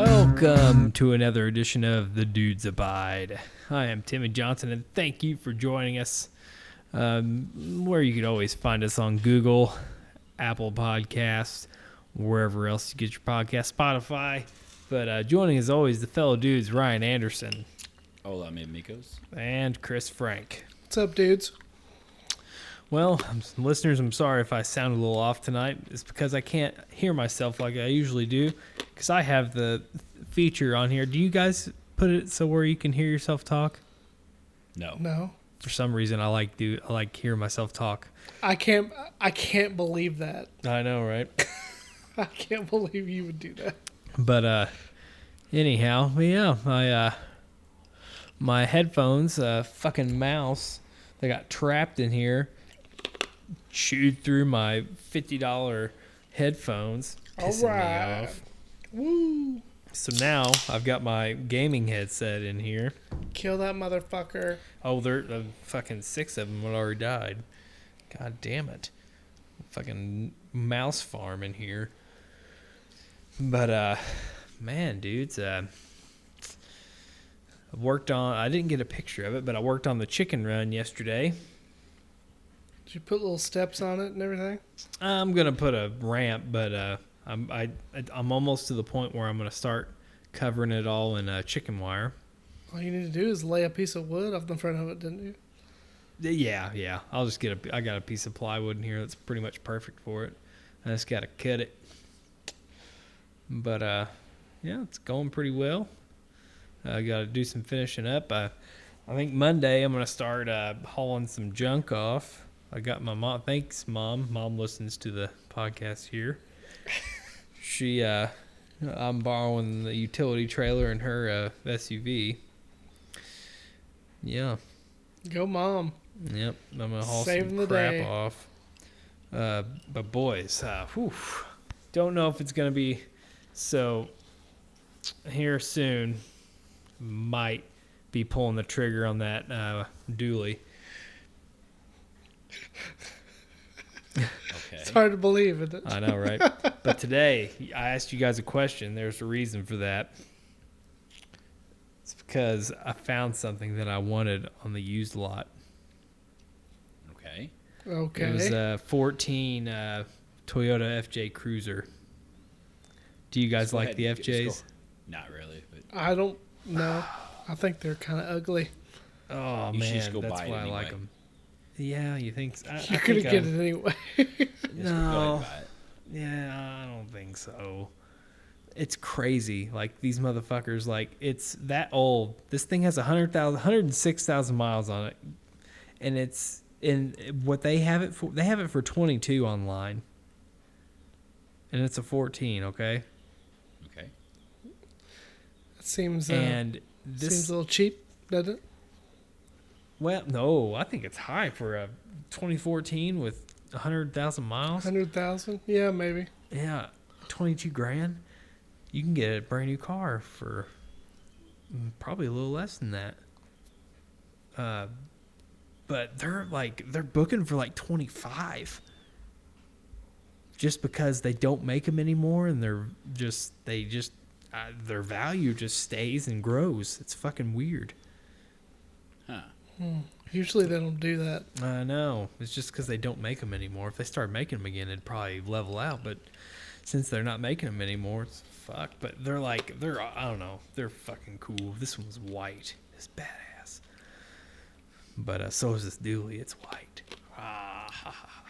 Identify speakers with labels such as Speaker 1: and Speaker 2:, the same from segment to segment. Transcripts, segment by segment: Speaker 1: Welcome to another edition of The Dudes Abide. I am Timmy Johnson, and thank you for joining us. Um, where you can always find us on Google, Apple Podcasts, wherever else you get your podcast, Spotify. But uh, joining as always the fellow dudes Ryan Anderson
Speaker 2: Hola, mi amigos.
Speaker 1: and Chris Frank.
Speaker 3: What's up, dudes?
Speaker 1: Well, I'm- listeners, I'm sorry if I sound a little off tonight. It's because I can't hear myself like I usually do because I have the feature on here. Do you guys put it so where you can hear yourself talk?
Speaker 2: No.
Speaker 3: No,
Speaker 1: For some reason, I like do I like hear myself talk.
Speaker 3: I can't. I can't believe that.
Speaker 1: I know, right?
Speaker 3: I can't believe you would do that.
Speaker 1: But uh anyhow, but yeah, my uh my headphones, uh fucking mouse, they got trapped in here. Chewed through my fifty dollar headphones.
Speaker 3: All
Speaker 1: pissing me
Speaker 3: right.
Speaker 1: off.
Speaker 3: Woo!
Speaker 1: So now I've got my gaming headset in here.
Speaker 3: Kill that motherfucker.
Speaker 1: Oh, there uh, fucking six of them had already died. God damn it. Fucking mouse farm in here. But uh man, dudes, uh I worked on I didn't get a picture of it, but I worked on the chicken run yesterday.
Speaker 3: Did you put little steps on it and everything?
Speaker 1: I'm gonna put a ramp, but uh, I'm I I'm almost to the point where I'm gonna start covering it all in uh, chicken wire.
Speaker 3: All you need to do is lay a piece of wood up in front of it, didn't you?
Speaker 1: Yeah, yeah. I'll just get a. I got a piece of plywood in here that's pretty much perfect for it. I just gotta cut it. But uh, yeah, it's going pretty well. I gotta do some finishing up. I, I think Monday I'm gonna start uh, hauling some junk off. I got my mom. Thanks, mom. Mom listens to the podcast here. she, uh, I'm borrowing the utility trailer and her uh, SUV. Yeah.
Speaker 3: Go, mom.
Speaker 1: Yep, I'm gonna haul
Speaker 3: Saving
Speaker 1: some
Speaker 3: the
Speaker 1: crap
Speaker 3: day.
Speaker 1: off. Uh, but boys, uh, whew, don't know if it's gonna be so here soon. Might be pulling the trigger on that uh, dually.
Speaker 2: Okay.
Speaker 3: It's hard to believe, isn't it?
Speaker 1: I know, right? but today, I asked you guys a question. There's a reason for that. It's because I found something that I wanted on the used lot.
Speaker 2: Okay.
Speaker 3: Okay.
Speaker 1: It was uh, a 14 uh, Toyota FJ Cruiser. Do you guys
Speaker 2: Go
Speaker 1: like
Speaker 2: ahead,
Speaker 1: the
Speaker 2: get- let's go.
Speaker 1: FJs?
Speaker 2: Not really, but
Speaker 3: I don't know. I think they're kind of ugly.
Speaker 1: Oh
Speaker 2: You
Speaker 1: man,
Speaker 2: should
Speaker 1: that's
Speaker 2: just go buy
Speaker 1: why
Speaker 2: it
Speaker 1: I like
Speaker 2: anyway.
Speaker 1: them. Yeah, you think? So? I, I
Speaker 3: You're gonna
Speaker 1: think
Speaker 3: get
Speaker 1: I'm-
Speaker 3: it anyway.
Speaker 2: yes, go ahead
Speaker 1: No.
Speaker 2: and buy it.
Speaker 1: Yeah, I don't think so. It's crazy. Like these motherfuckers. Like it's that old. This thing has a hundred thousand, hundred and six thousand miles on it, and it's and what they have it for. They have it for twenty two online, and it's a fourteen. Okay,
Speaker 2: Okay.
Speaker 3: It seems. Uh,
Speaker 1: and this
Speaker 3: seems a little cheap, doesn't it?
Speaker 1: Well, no, I think it's high for a 2014 with 100,000 miles.
Speaker 3: Hundred thousand? Yeah, maybe.
Speaker 1: Yeah, 22 grand. You can get a brand new car for mm, probably a little less than that. Uh, but they're like they're booking for like 25 just because they don't make them anymore and they're just they just uh, their value just stays and grows. It's fucking weird.
Speaker 2: Huh.
Speaker 3: Usually they don't do that.
Speaker 1: I know. It's just because they don't make them anymore. If they started making them again, it'd probably level out. But since they're not making them anymore, it's fucked. But they're like, they're, I don't know, they're fucking cool. This one's white. It's badass. But uh, so is this dually. It's white. Ah, ha, ha.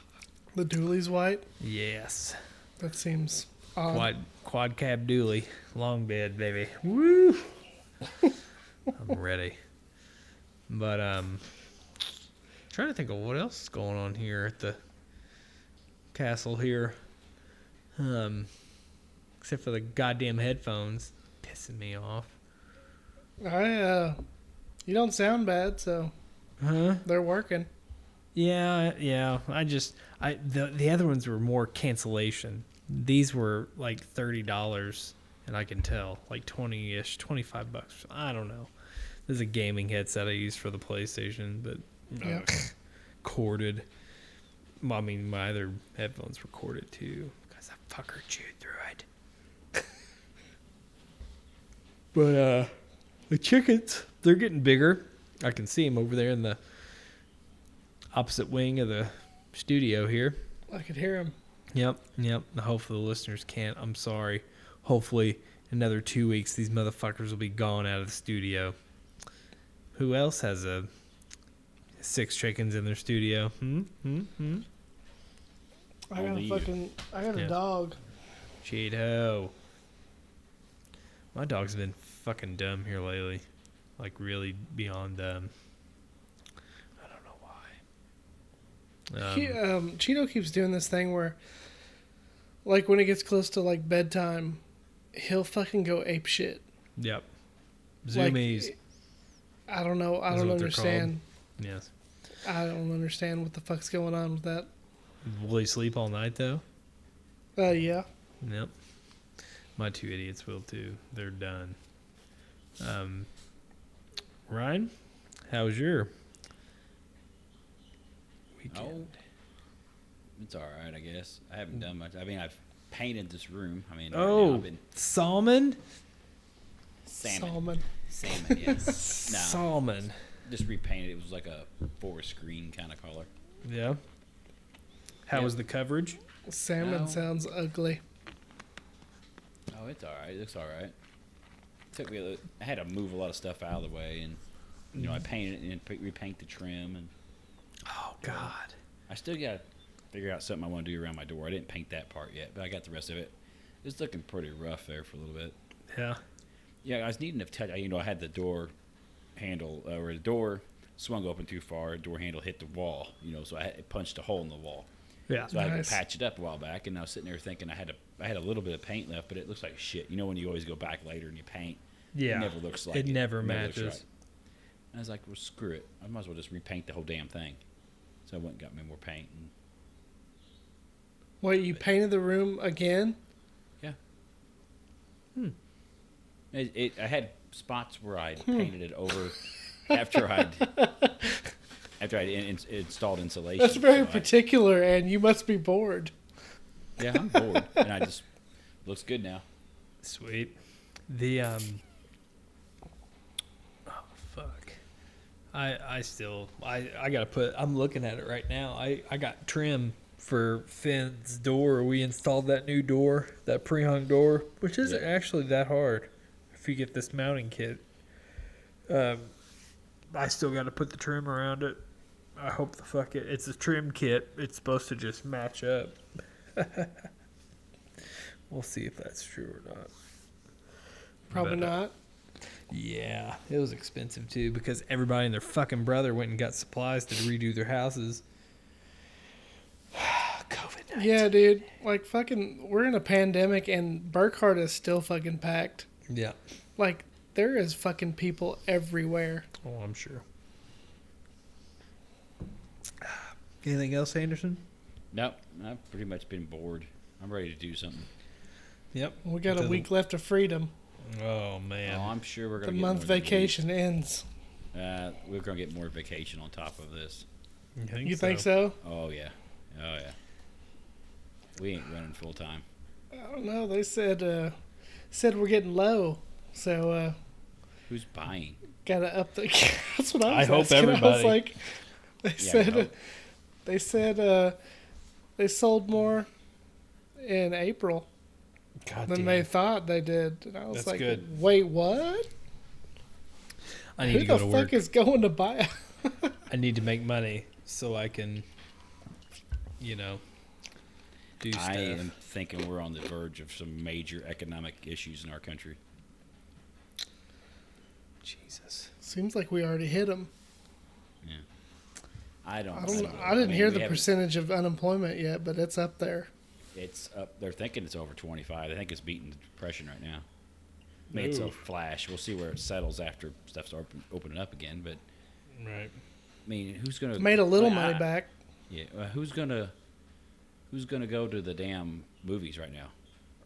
Speaker 3: The Dooley's white.
Speaker 1: yes.
Speaker 3: That seems odd.
Speaker 1: Quad, quad cab dually. Long bed, baby. Woo! I'm ready. But, um, trying to think of what else is going on here at the castle here. Um, except for the goddamn headphones pissing me off.
Speaker 3: I uh, you don't sound bad, so
Speaker 1: Huh?
Speaker 3: they're working.
Speaker 1: Yeah, yeah. I just I the the other ones were more cancellation. These were like thirty dollars, and I can tell like twenty ish, twenty five bucks. I don't know. This is a gaming headset I use for the PlayStation, but
Speaker 3: Yeah.
Speaker 1: ugh, corded. Well, I mean, my other headphones were corded too, because that fucker chewed through it. But uh, the chickens, they're getting bigger. I can see them over there in the opposite wing of the studio here.
Speaker 3: I could hear him.
Speaker 1: Yep, yep. Hopefully the listeners can't. I'm sorry. Hopefully another two weeks these motherfuckers will be gone out of the studio. Who else has a six chickens in their studio? Hmm, hmm, hmm.
Speaker 3: I got a
Speaker 2: Believe.
Speaker 3: fucking. I got a
Speaker 1: Yeah.
Speaker 3: dog.
Speaker 1: Cheeto. My dog's been fucking dumb here lately. Like, really beyond dumb. I don't know why. Um,
Speaker 3: he, um, Cheeto keeps doing this thing where, like, when it gets close to like bedtime, he'll fucking go ape shit.
Speaker 1: Yep.
Speaker 3: Like,
Speaker 1: Zoomies.
Speaker 3: I don't know. I
Speaker 1: Is that
Speaker 3: don't
Speaker 1: what they're
Speaker 3: understand.
Speaker 1: yes.
Speaker 3: I don't understand what the fuck's going on with that.
Speaker 1: Will he sleep all night, though?
Speaker 3: Uh, yeah.
Speaker 1: Yep. My two idiots will, too. They're done. Um, Ryan, how was your weekend?
Speaker 2: Oh, it's all right, I guess. I haven't done much. I mean, I've painted this room. I mean, right now
Speaker 1: Oh,
Speaker 2: I've been
Speaker 1: salmon?
Speaker 2: salmon,
Speaker 3: Salmon.
Speaker 2: salmon, yes.
Speaker 1: Salmon.
Speaker 2: Just repainted. It was like a forest green kind of color.
Speaker 1: Yeah. How
Speaker 2: Yeah.
Speaker 1: was the coverage?
Speaker 3: Salmon
Speaker 2: No.
Speaker 3: sounds ugly.
Speaker 2: Oh, it's all right. It looks all right. Took me. A, little- I had to move a lot of stuff out of the way, and you
Speaker 1: Mm-hmm.
Speaker 2: know, I painted it and pa- repaint the trim, and
Speaker 1: Oh God.
Speaker 2: I still got to figure out something I want to do around my door. I didn't paint that part yet, but I got the rest of it. It's looking pretty rough there for a little bit.
Speaker 1: Yeah.
Speaker 2: Yeah, I was needing to touch. I- You know, I had the door handle uh, or the door swung open too far. Door handle hit the wall. You know, so I had, it punched a hole in the wall.
Speaker 1: Yeah.
Speaker 2: So I had
Speaker 3: Nice.
Speaker 2: to patch it up a while back, and I was sitting there thinking I had a, I had a little bit of paint left, but it looks like shit. You know, when you always go back later and you paint,
Speaker 1: Yeah.
Speaker 2: it never looks like
Speaker 1: It
Speaker 2: it.
Speaker 1: never
Speaker 2: looks
Speaker 1: matches.
Speaker 2: right. And I was like, well, screw it. I might as well just repaint the whole damn thing. So I went and got me more paint. And
Speaker 3: Wait, you painted the room again? Hmm.
Speaker 2: It, it, I had spots where I
Speaker 3: Hmm.
Speaker 2: painted it over after I'd after I'd in, in- installed insulation.
Speaker 3: That's very
Speaker 2: So I-
Speaker 3: particular, and you must be bored.
Speaker 2: yeah, I'm bored, and I just looks good now.
Speaker 1: Sweet. The um. Oh fuck. I I still I I gotta put. I'm looking at it right now. I I got trim for Finn's door. We installed that new door, that pre-hung door, which isn't
Speaker 2: Yeah.
Speaker 1: actually that hard if you get this mounting kit. Um, I still got to put the trim around it. I hope the fuck it. It's a trim kit. It's supposed to just match up. we'll see if that's true or not.
Speaker 3: Probably
Speaker 1: But, uh,
Speaker 3: not.
Speaker 1: Yeah, it was expensive too because everybody and their fucking brother went and got supplies to redo their houses. COVID nineteen.
Speaker 3: Yeah, dude. Like fucking, we're in a pandemic, and Burkhardt is still fucking packed.
Speaker 1: Yeah.
Speaker 3: Like there is fucking people everywhere.
Speaker 1: Oh, I'm sure. Anything else, Anderson?
Speaker 2: Nope, I've pretty much been bored. I'm ready to do something.
Speaker 1: Yep.
Speaker 3: We got a
Speaker 1: Doesn't-
Speaker 3: week left of freedom.
Speaker 1: Oh man.
Speaker 2: Oh, I'm sure we're
Speaker 3: The
Speaker 2: gonna get
Speaker 3: month
Speaker 2: more than a
Speaker 3: vacation ends.
Speaker 2: week. Uh, we're gonna get more vacation on top of this.
Speaker 1: you think,
Speaker 3: You think so?
Speaker 2: Oh yeah, oh yeah. We ain't running full time.
Speaker 3: I don't know. They said uh, said we're getting low, so uh,
Speaker 2: Who's buying?
Speaker 3: gotta up the. That's what I
Speaker 1: I
Speaker 3: was
Speaker 1: hope
Speaker 3: asking. I was
Speaker 1: everybody-
Speaker 3: like, they
Speaker 2: Yeah,
Speaker 3: said
Speaker 2: no.
Speaker 3: uh, they said uh, they sold more in April
Speaker 1: God
Speaker 3: than
Speaker 1: damn.
Speaker 3: they thought they did, and I was
Speaker 1: That's
Speaker 3: like,
Speaker 1: good.
Speaker 3: wait, what?
Speaker 1: I need
Speaker 3: Who
Speaker 1: to
Speaker 3: the
Speaker 1: go to
Speaker 3: fuck
Speaker 1: work.
Speaker 3: is going to buy?
Speaker 1: I need to make money so I can, you know, do stuff.
Speaker 2: I am thinking we're on the verge of some major economic issues in our country.
Speaker 1: Jesus.
Speaker 3: Seems like we already hit them.
Speaker 2: I don't.
Speaker 3: I don't. Know.
Speaker 2: know.
Speaker 3: I didn't
Speaker 2: mean,
Speaker 3: hear
Speaker 2: we
Speaker 3: the
Speaker 2: haven't-
Speaker 3: percentage of unemployment yet, but it's up there.
Speaker 2: It's up. They're thinking it's over 25. I think it's beating the depression right now. I mean, it's a
Speaker 1: Ooh.
Speaker 2: flash. We'll see where it settles after stuff's open, opening up again. But I
Speaker 1: Right.
Speaker 2: mean, who's gonna
Speaker 3: Made a little
Speaker 2: I-
Speaker 3: money
Speaker 2: I-
Speaker 3: back.
Speaker 2: Yeah. Well, who's gonna Who's gonna go to the damn movies right now,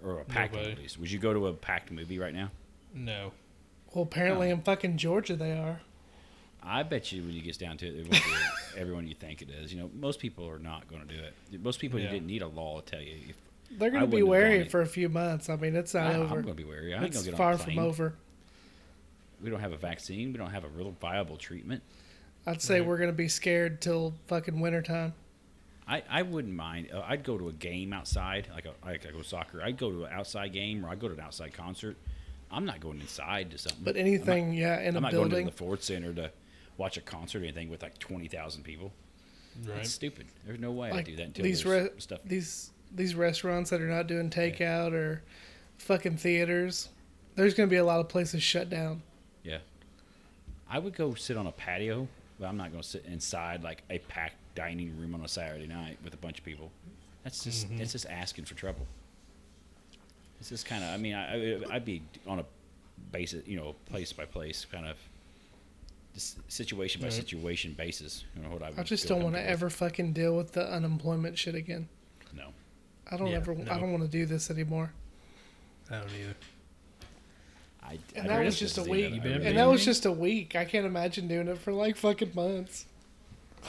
Speaker 2: or a packed
Speaker 1: Nobody.
Speaker 2: movies? Would you go to a packed movie right now?
Speaker 1: No.
Speaker 3: Well, apparently in fucking Georgia they are.
Speaker 2: I bet you when you get down to it, it won't be everyone you think it is. You know, most people are not going to do it. Most people,
Speaker 1: Yeah.
Speaker 2: you didn't need a law to tell you. If,
Speaker 3: They're
Speaker 2: I
Speaker 3: going to be
Speaker 2: wouldn't have
Speaker 3: wary
Speaker 2: gone in.
Speaker 3: for a few months. I mean, it's not
Speaker 2: I, am
Speaker 3: over.
Speaker 2: going to be wary. I ain't
Speaker 3: It's
Speaker 2: going to get
Speaker 3: far
Speaker 2: on a plane.
Speaker 3: from over.
Speaker 2: we don't have a vaccine. We don't have a real viable treatment.
Speaker 3: I'd say we're gonna be scared till fucking wintertime.
Speaker 2: I, I wouldn't mind. Uh, I'd go to a game outside, like a, like I go soccer. I'd go to an outside game or I'd go to an outside concert. I'm not going inside to something.
Speaker 3: But
Speaker 2: I'm
Speaker 3: anything,
Speaker 2: not-
Speaker 3: yeah, in a
Speaker 2: I'm not going
Speaker 3: building.
Speaker 2: to the Ford Center to watch a concert or anything with like twenty thousand people. That's stupid. There's no way I'd
Speaker 3: like
Speaker 2: do that until
Speaker 3: these re-
Speaker 2: there's stuff.
Speaker 3: these these restaurants that are not doing takeout or fucking theaters. There's gonna be a lot of places shut down.
Speaker 2: yeah, I would go sit on a patio, but I'm not going to sit inside like a packed dining room on a Saturday night with a bunch of people. That's just
Speaker 3: Mm-hmm.
Speaker 2: it's just asking for trouble. It's just kind of. I mean, I, I- I'd be on a basis, you know, place by place kind of. Just situation by
Speaker 4: Right.
Speaker 2: situation basis. You know what I, would
Speaker 3: I just
Speaker 2: feel
Speaker 3: don't want to
Speaker 2: comfortable
Speaker 3: ever
Speaker 2: with.
Speaker 3: fucking deal with the unemployment shit again.
Speaker 2: No,
Speaker 3: I don't
Speaker 1: Yeah,
Speaker 3: ever.
Speaker 1: no.
Speaker 3: I don't want to do this anymore.
Speaker 4: I don't either.
Speaker 2: I.
Speaker 3: And
Speaker 2: I
Speaker 3: that
Speaker 2: really
Speaker 3: was
Speaker 2: don't
Speaker 3: just a
Speaker 2: see
Speaker 3: week.
Speaker 2: I
Speaker 1: You
Speaker 2: really
Speaker 1: been-
Speaker 3: And
Speaker 2: don't.
Speaker 3: that was just a week. I can't imagine doing it for like fucking months.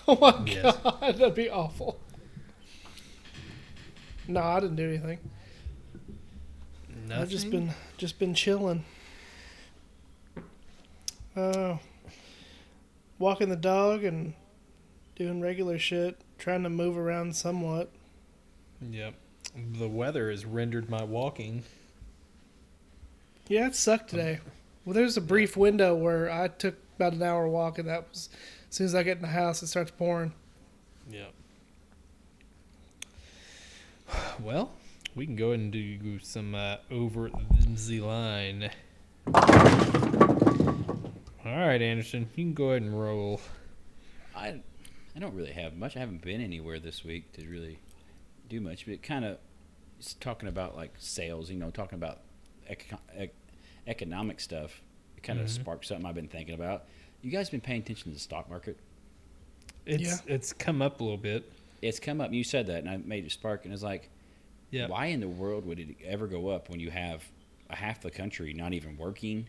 Speaker 3: Oh my
Speaker 1: Yes.
Speaker 3: god, that'd be awful. No, I didn't do anything.
Speaker 1: Nothing?
Speaker 3: I've just been just been chilling. Uh, walking the dog and doing regular shit, trying to move around somewhat.
Speaker 1: Yep. The weather has rendered my walking.
Speaker 3: Yeah, it sucked
Speaker 2: Oh.
Speaker 3: today. Well, there's a brief window where I took about an hour walk, and that was as soon as I get in the house, it starts pouring.
Speaker 1: Yep. Well, we can go ahead and do some uh, over the line. All right, Anderson, you can go ahead and roll.
Speaker 2: I, I don't really have much. I haven't been anywhere this week to really do much. But it kind of, it's talking about like sales, you know, talking about eco- ec- economic stuff. It kind
Speaker 3: Mm-hmm.
Speaker 2: of sparked something I've been thinking about. You guys been paying attention to the stock market?
Speaker 1: It's it's come up a little bit.
Speaker 2: It's come up. You said that, and I made it spark. And it's like,
Speaker 1: Yeah.
Speaker 2: why in the world would it ever go up when you have a half the country not even working?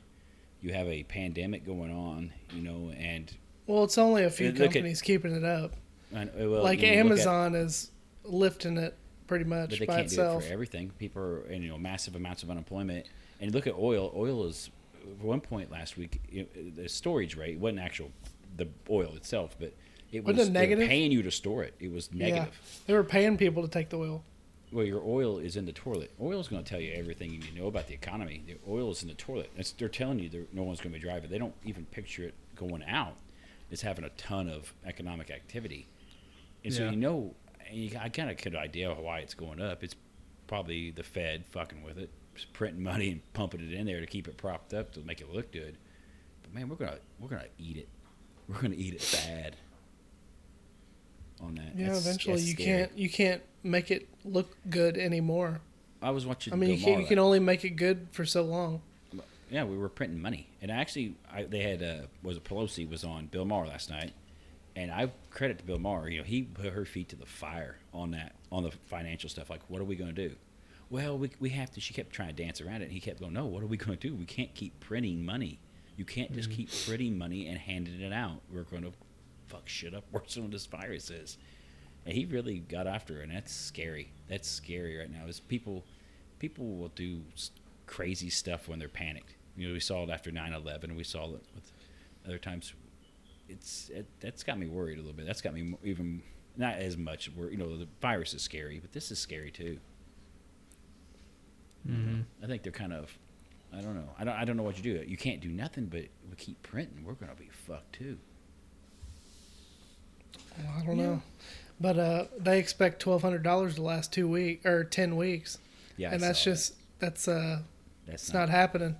Speaker 2: You have a pandemic going on, you know, and,
Speaker 3: Well, it's only a few
Speaker 2: Look at-
Speaker 3: companies keeping it up.
Speaker 2: and uh, well,
Speaker 3: like
Speaker 2: you look at-
Speaker 3: Amazon is lifting it pretty much
Speaker 2: but they
Speaker 3: by
Speaker 2: can't
Speaker 3: itself.
Speaker 2: do it for everything. People are in you know massive amounts of unemployment, and look at oil. Oil is at one point last week you know, the storage rate wasn't actual the oil itself, but it was
Speaker 3: Wasn't it
Speaker 2: they were
Speaker 3: negative?
Speaker 2: paying you to store it. It was negative.
Speaker 3: Yeah, they were paying people to take the oil.
Speaker 2: Well, your oil is in the toilet. Oil is going to tell you everything you need to know about the economy. The oil is in the toilet. It's, they're telling you there- no one's going to be driving. They don't even picture it going out. It's having a ton of economic activity, and so
Speaker 1: Yeah.
Speaker 2: you know, and you, I kind of get an idea of why it's going up. It's probably the Fed fucking with it, just printing money and pumping it in there to keep it propped up to make it look good. But man, we're gonna we're gonna eat it. We're gonna eat it bad. On that,
Speaker 3: Yeah,
Speaker 2: That's-
Speaker 3: eventually
Speaker 2: that's
Speaker 3: you
Speaker 2: scary.
Speaker 3: can't you can't make it look good anymore.
Speaker 2: I was watching.
Speaker 3: I mean,
Speaker 2: Bill
Speaker 3: you can,
Speaker 2: Maher
Speaker 3: you can
Speaker 2: last-
Speaker 3: only make it good for so long.
Speaker 2: Yeah, we were printing money, and actually, I, they had uh, was it Pelosi was on Bill Maher last night, and I credit to Bill Maher. You know, he put her feet to the fire on that on the financial stuff. Like, what are we going to do? Well, we we have to. She kept trying to dance around it, and he kept going, "No, what are we going to do? We can't keep printing money. You can't just keep printing money and handing it out. We're going to fuck shit up worse than what this virus is." And he really got after her, and that's scary. That's scary right now. Is people, people will do s- crazy stuff when they're panicked. You know, we saw it after 9-11. We saw it with other times. It's it, that's got me worried a little bit. That's got me mo- even not as much. Where you know the virus is scary, but this is scary too. I think they're kind of. I don't know. I don't. I don't know what you do. You can't do nothing, but we keep printing. We're gonna be fucked too.
Speaker 3: Well, I don't know, but uh, they expect twelve hundred dollars to last two weeks or ten weeks,
Speaker 2: Yeah, I
Speaker 3: and that's
Speaker 2: saw that.
Speaker 3: just that's uh
Speaker 2: that's
Speaker 3: it's not happening.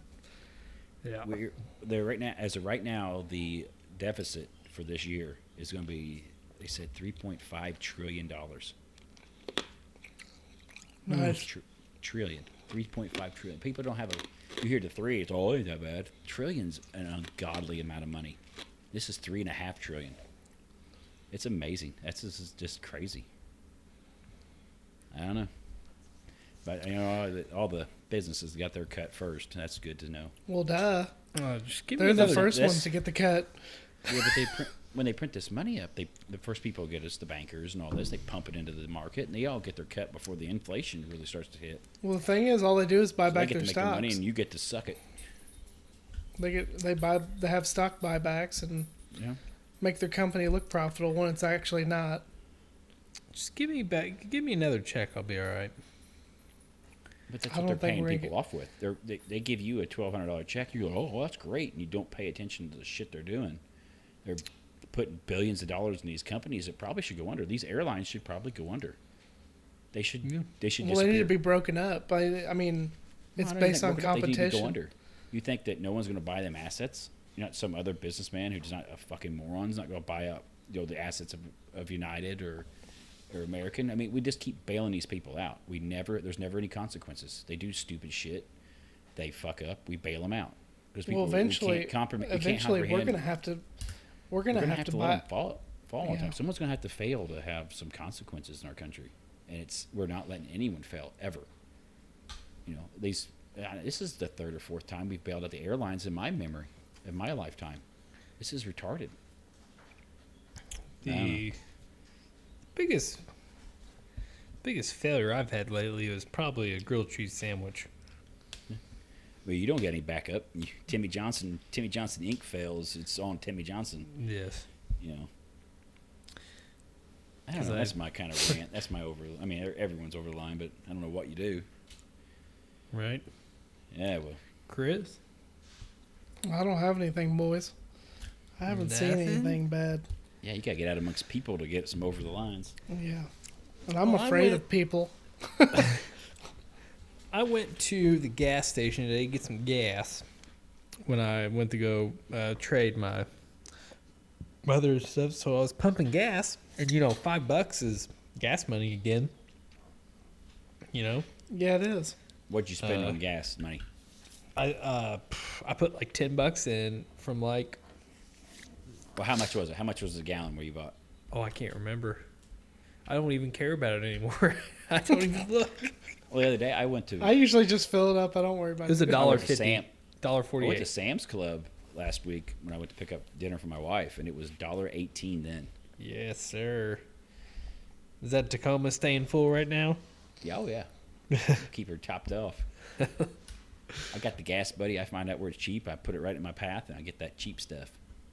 Speaker 1: Yeah.
Speaker 2: we're there right now as of right now the deficit for this year is going to be they said 3.5 trillion dollars
Speaker 3: Nice.
Speaker 2: Tr- trillion 3.5 trillion people don't have a you hear the three it's all ain't that bad trillions an ungodly amount of money this is three and a half trillion it's amazing that's this is just crazy i don't know but you know all the, all the businesses got their cut first and that's good to know
Speaker 3: Well, duh,
Speaker 1: Uh, just give me
Speaker 3: they're the
Speaker 1: another.
Speaker 3: first
Speaker 2: that's-
Speaker 3: ones to get the cut.
Speaker 2: Yeah, but they print, when they print this money up, they the first people who get is the bankers and all this. They pump it into the market, and they all get their cut before the inflation really starts to hit.
Speaker 3: Well, the thing is, all they do is buy
Speaker 2: So they
Speaker 3: back
Speaker 2: get
Speaker 3: their
Speaker 2: to make
Speaker 3: stocks.
Speaker 2: their money, and you get to suck it.
Speaker 3: They get they buy they have stock buybacks and
Speaker 2: Yeah.
Speaker 3: make their company look profitable when it's actually not.
Speaker 1: Just give me back. Give me another check. I'll be all right.
Speaker 2: But that's
Speaker 3: I
Speaker 2: what they're
Speaker 3: don't think
Speaker 2: paying
Speaker 3: we're gonna
Speaker 2: people off with. They're, they they give you a twelve hundred dollar check. You go, oh, well, that's great, and you don't pay attention to the shit they're doing. They're putting billions of dollars in these companies that probably should go under. These airlines should probably go under. They should.
Speaker 1: Yeah.
Speaker 2: They should.
Speaker 3: Well, they need to
Speaker 2: disappear.
Speaker 3: be broken up. I, I mean,
Speaker 2: Well,
Speaker 3: it's
Speaker 2: I don't even
Speaker 3: based
Speaker 2: think-
Speaker 3: on
Speaker 2: what if they didn't go
Speaker 3: competition.
Speaker 2: under? You think that no one's going to buy them assets? You're not some other businessman who's not a fucking moron's not going to buy up you know the assets of, of United or or American. I mean, we just keep bailing these people out. We never there's never any consequences. They do stupid shit. They fuck up. We bail them out because
Speaker 3: well, eventually,
Speaker 2: can't comprehend.
Speaker 3: eventually
Speaker 2: we can't
Speaker 3: we're
Speaker 2: comprehend-
Speaker 3: gonna have to, we're gonna,
Speaker 2: we're gonna
Speaker 3: have, to
Speaker 2: let
Speaker 3: buy.
Speaker 2: them fall fall one
Speaker 3: Yeah.
Speaker 2: time. Someone's gonna have to fail to have some consequences in our country, and it's we're not letting anyone fail ever. You know, these uh, this is the third or fourth time we've bailed out the airlines in my memory, in my lifetime. This is retarded.
Speaker 1: The biggest biggest failure I've had lately was probably a grilled cheese sandwich.
Speaker 2: Well, you don't get any backup. You- Timmy Johnson, Timmy Johnson Inc. fails. It's on Timmy Johnson.
Speaker 1: Yes.
Speaker 2: You know. I don't
Speaker 1: 'Cause
Speaker 2: know.
Speaker 1: I-
Speaker 2: That's my kind of rant. That's my over. I mean, e-, everyone's over the line, but I don't know what you do.
Speaker 1: Right,
Speaker 2: Yeah, well,
Speaker 1: Chris.
Speaker 3: I don't have anything, boys. I haven't seen
Speaker 1: Nothing?
Speaker 3: anything bad.
Speaker 2: yeah, you gotta get out amongst people to get some over the lines.
Speaker 3: Yeah, and I'm
Speaker 1: Well, I
Speaker 3: afraid
Speaker 1: went-
Speaker 3: of people.
Speaker 1: I went to the gas station today to get some gas when I went to go uh, trade my mother's stuff. So I was pumping gas, and you know, five bucks is gas money again. You know,
Speaker 3: Yeah, it is.
Speaker 2: What'd you spend
Speaker 1: Uh,
Speaker 2: on gas money?
Speaker 1: I uh, I put like ten bucks in from like
Speaker 2: Well, how much was it? How much was the gallon where you bought?
Speaker 1: oh I can't remember. I don't even care about it anymore. I don't even look.
Speaker 2: Well, the other day I went to
Speaker 3: I usually just fill it up. I don't worry about
Speaker 1: It was a
Speaker 3: it.
Speaker 1: dollar
Speaker 2: went to
Speaker 1: fifty,
Speaker 2: Sam-
Speaker 1: dollar
Speaker 2: I
Speaker 1: forty
Speaker 2: went to
Speaker 1: eight.
Speaker 2: Sam's Club last week when I went to pick up dinner for my wife, and it was dollar eighteen then.
Speaker 1: Yes, sir. Is that Tacoma staying full right now?
Speaker 2: Yeah, oh yeah. Keep her topped off. I got the gas buddy. I find out where it's cheap. I put it right in my path, and I get that cheap stuff.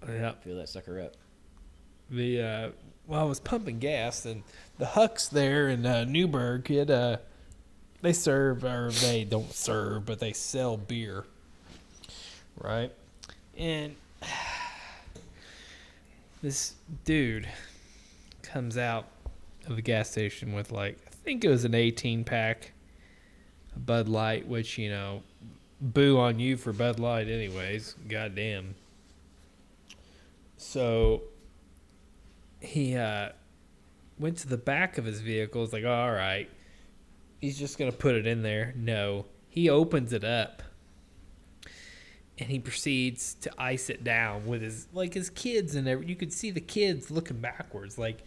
Speaker 1: Yep.
Speaker 2: Fill that sucker up.
Speaker 1: the uh, well, I was pumping gas, and the Hucks there in uh, Newburgh, it uh, they serve or they don't serve, but they sell beer, right? And this dude comes out of the gas station with like I think it was an 18 pack of Bud Light, which you know, boo on you for Bud Light, anyways. Goddamn. So he uh, went to the back of his vehicle. It's like, all right, he's just gonna put it in there. No, he opens it up, and he proceeds to ice it down with his like his kids and everything. You could see the kids looking backwards, like,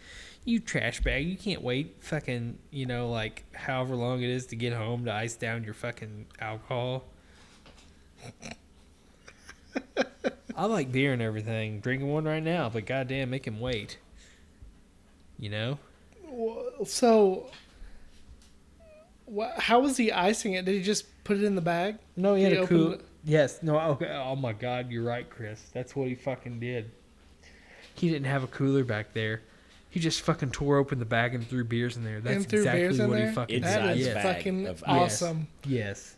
Speaker 1: you trash bag, you can't wait, fucking, you know, like however long it is to get home to ice down your fucking alcohol. I like beer and everything. Drinking one right now, but goddamn, make him wait. You know?
Speaker 3: Well, So, wha how was he icing it? Did he just put it in the bag?
Speaker 1: No, he had
Speaker 3: He
Speaker 1: a cool.
Speaker 3: opened
Speaker 1: Yes, no, okay. Oh my God, you're right, Chris. That's what he fucking did. He didn't have a cooler back there. He just fucking tore open the bag and threw beers in there. That's
Speaker 3: and threw
Speaker 1: exactly
Speaker 3: beers in
Speaker 1: what
Speaker 3: there.
Speaker 1: he fucking
Speaker 2: Inside
Speaker 1: did.
Speaker 3: that is
Speaker 2: bag
Speaker 1: Yes.
Speaker 3: fucking
Speaker 2: of ice.
Speaker 3: awesome.
Speaker 1: yes.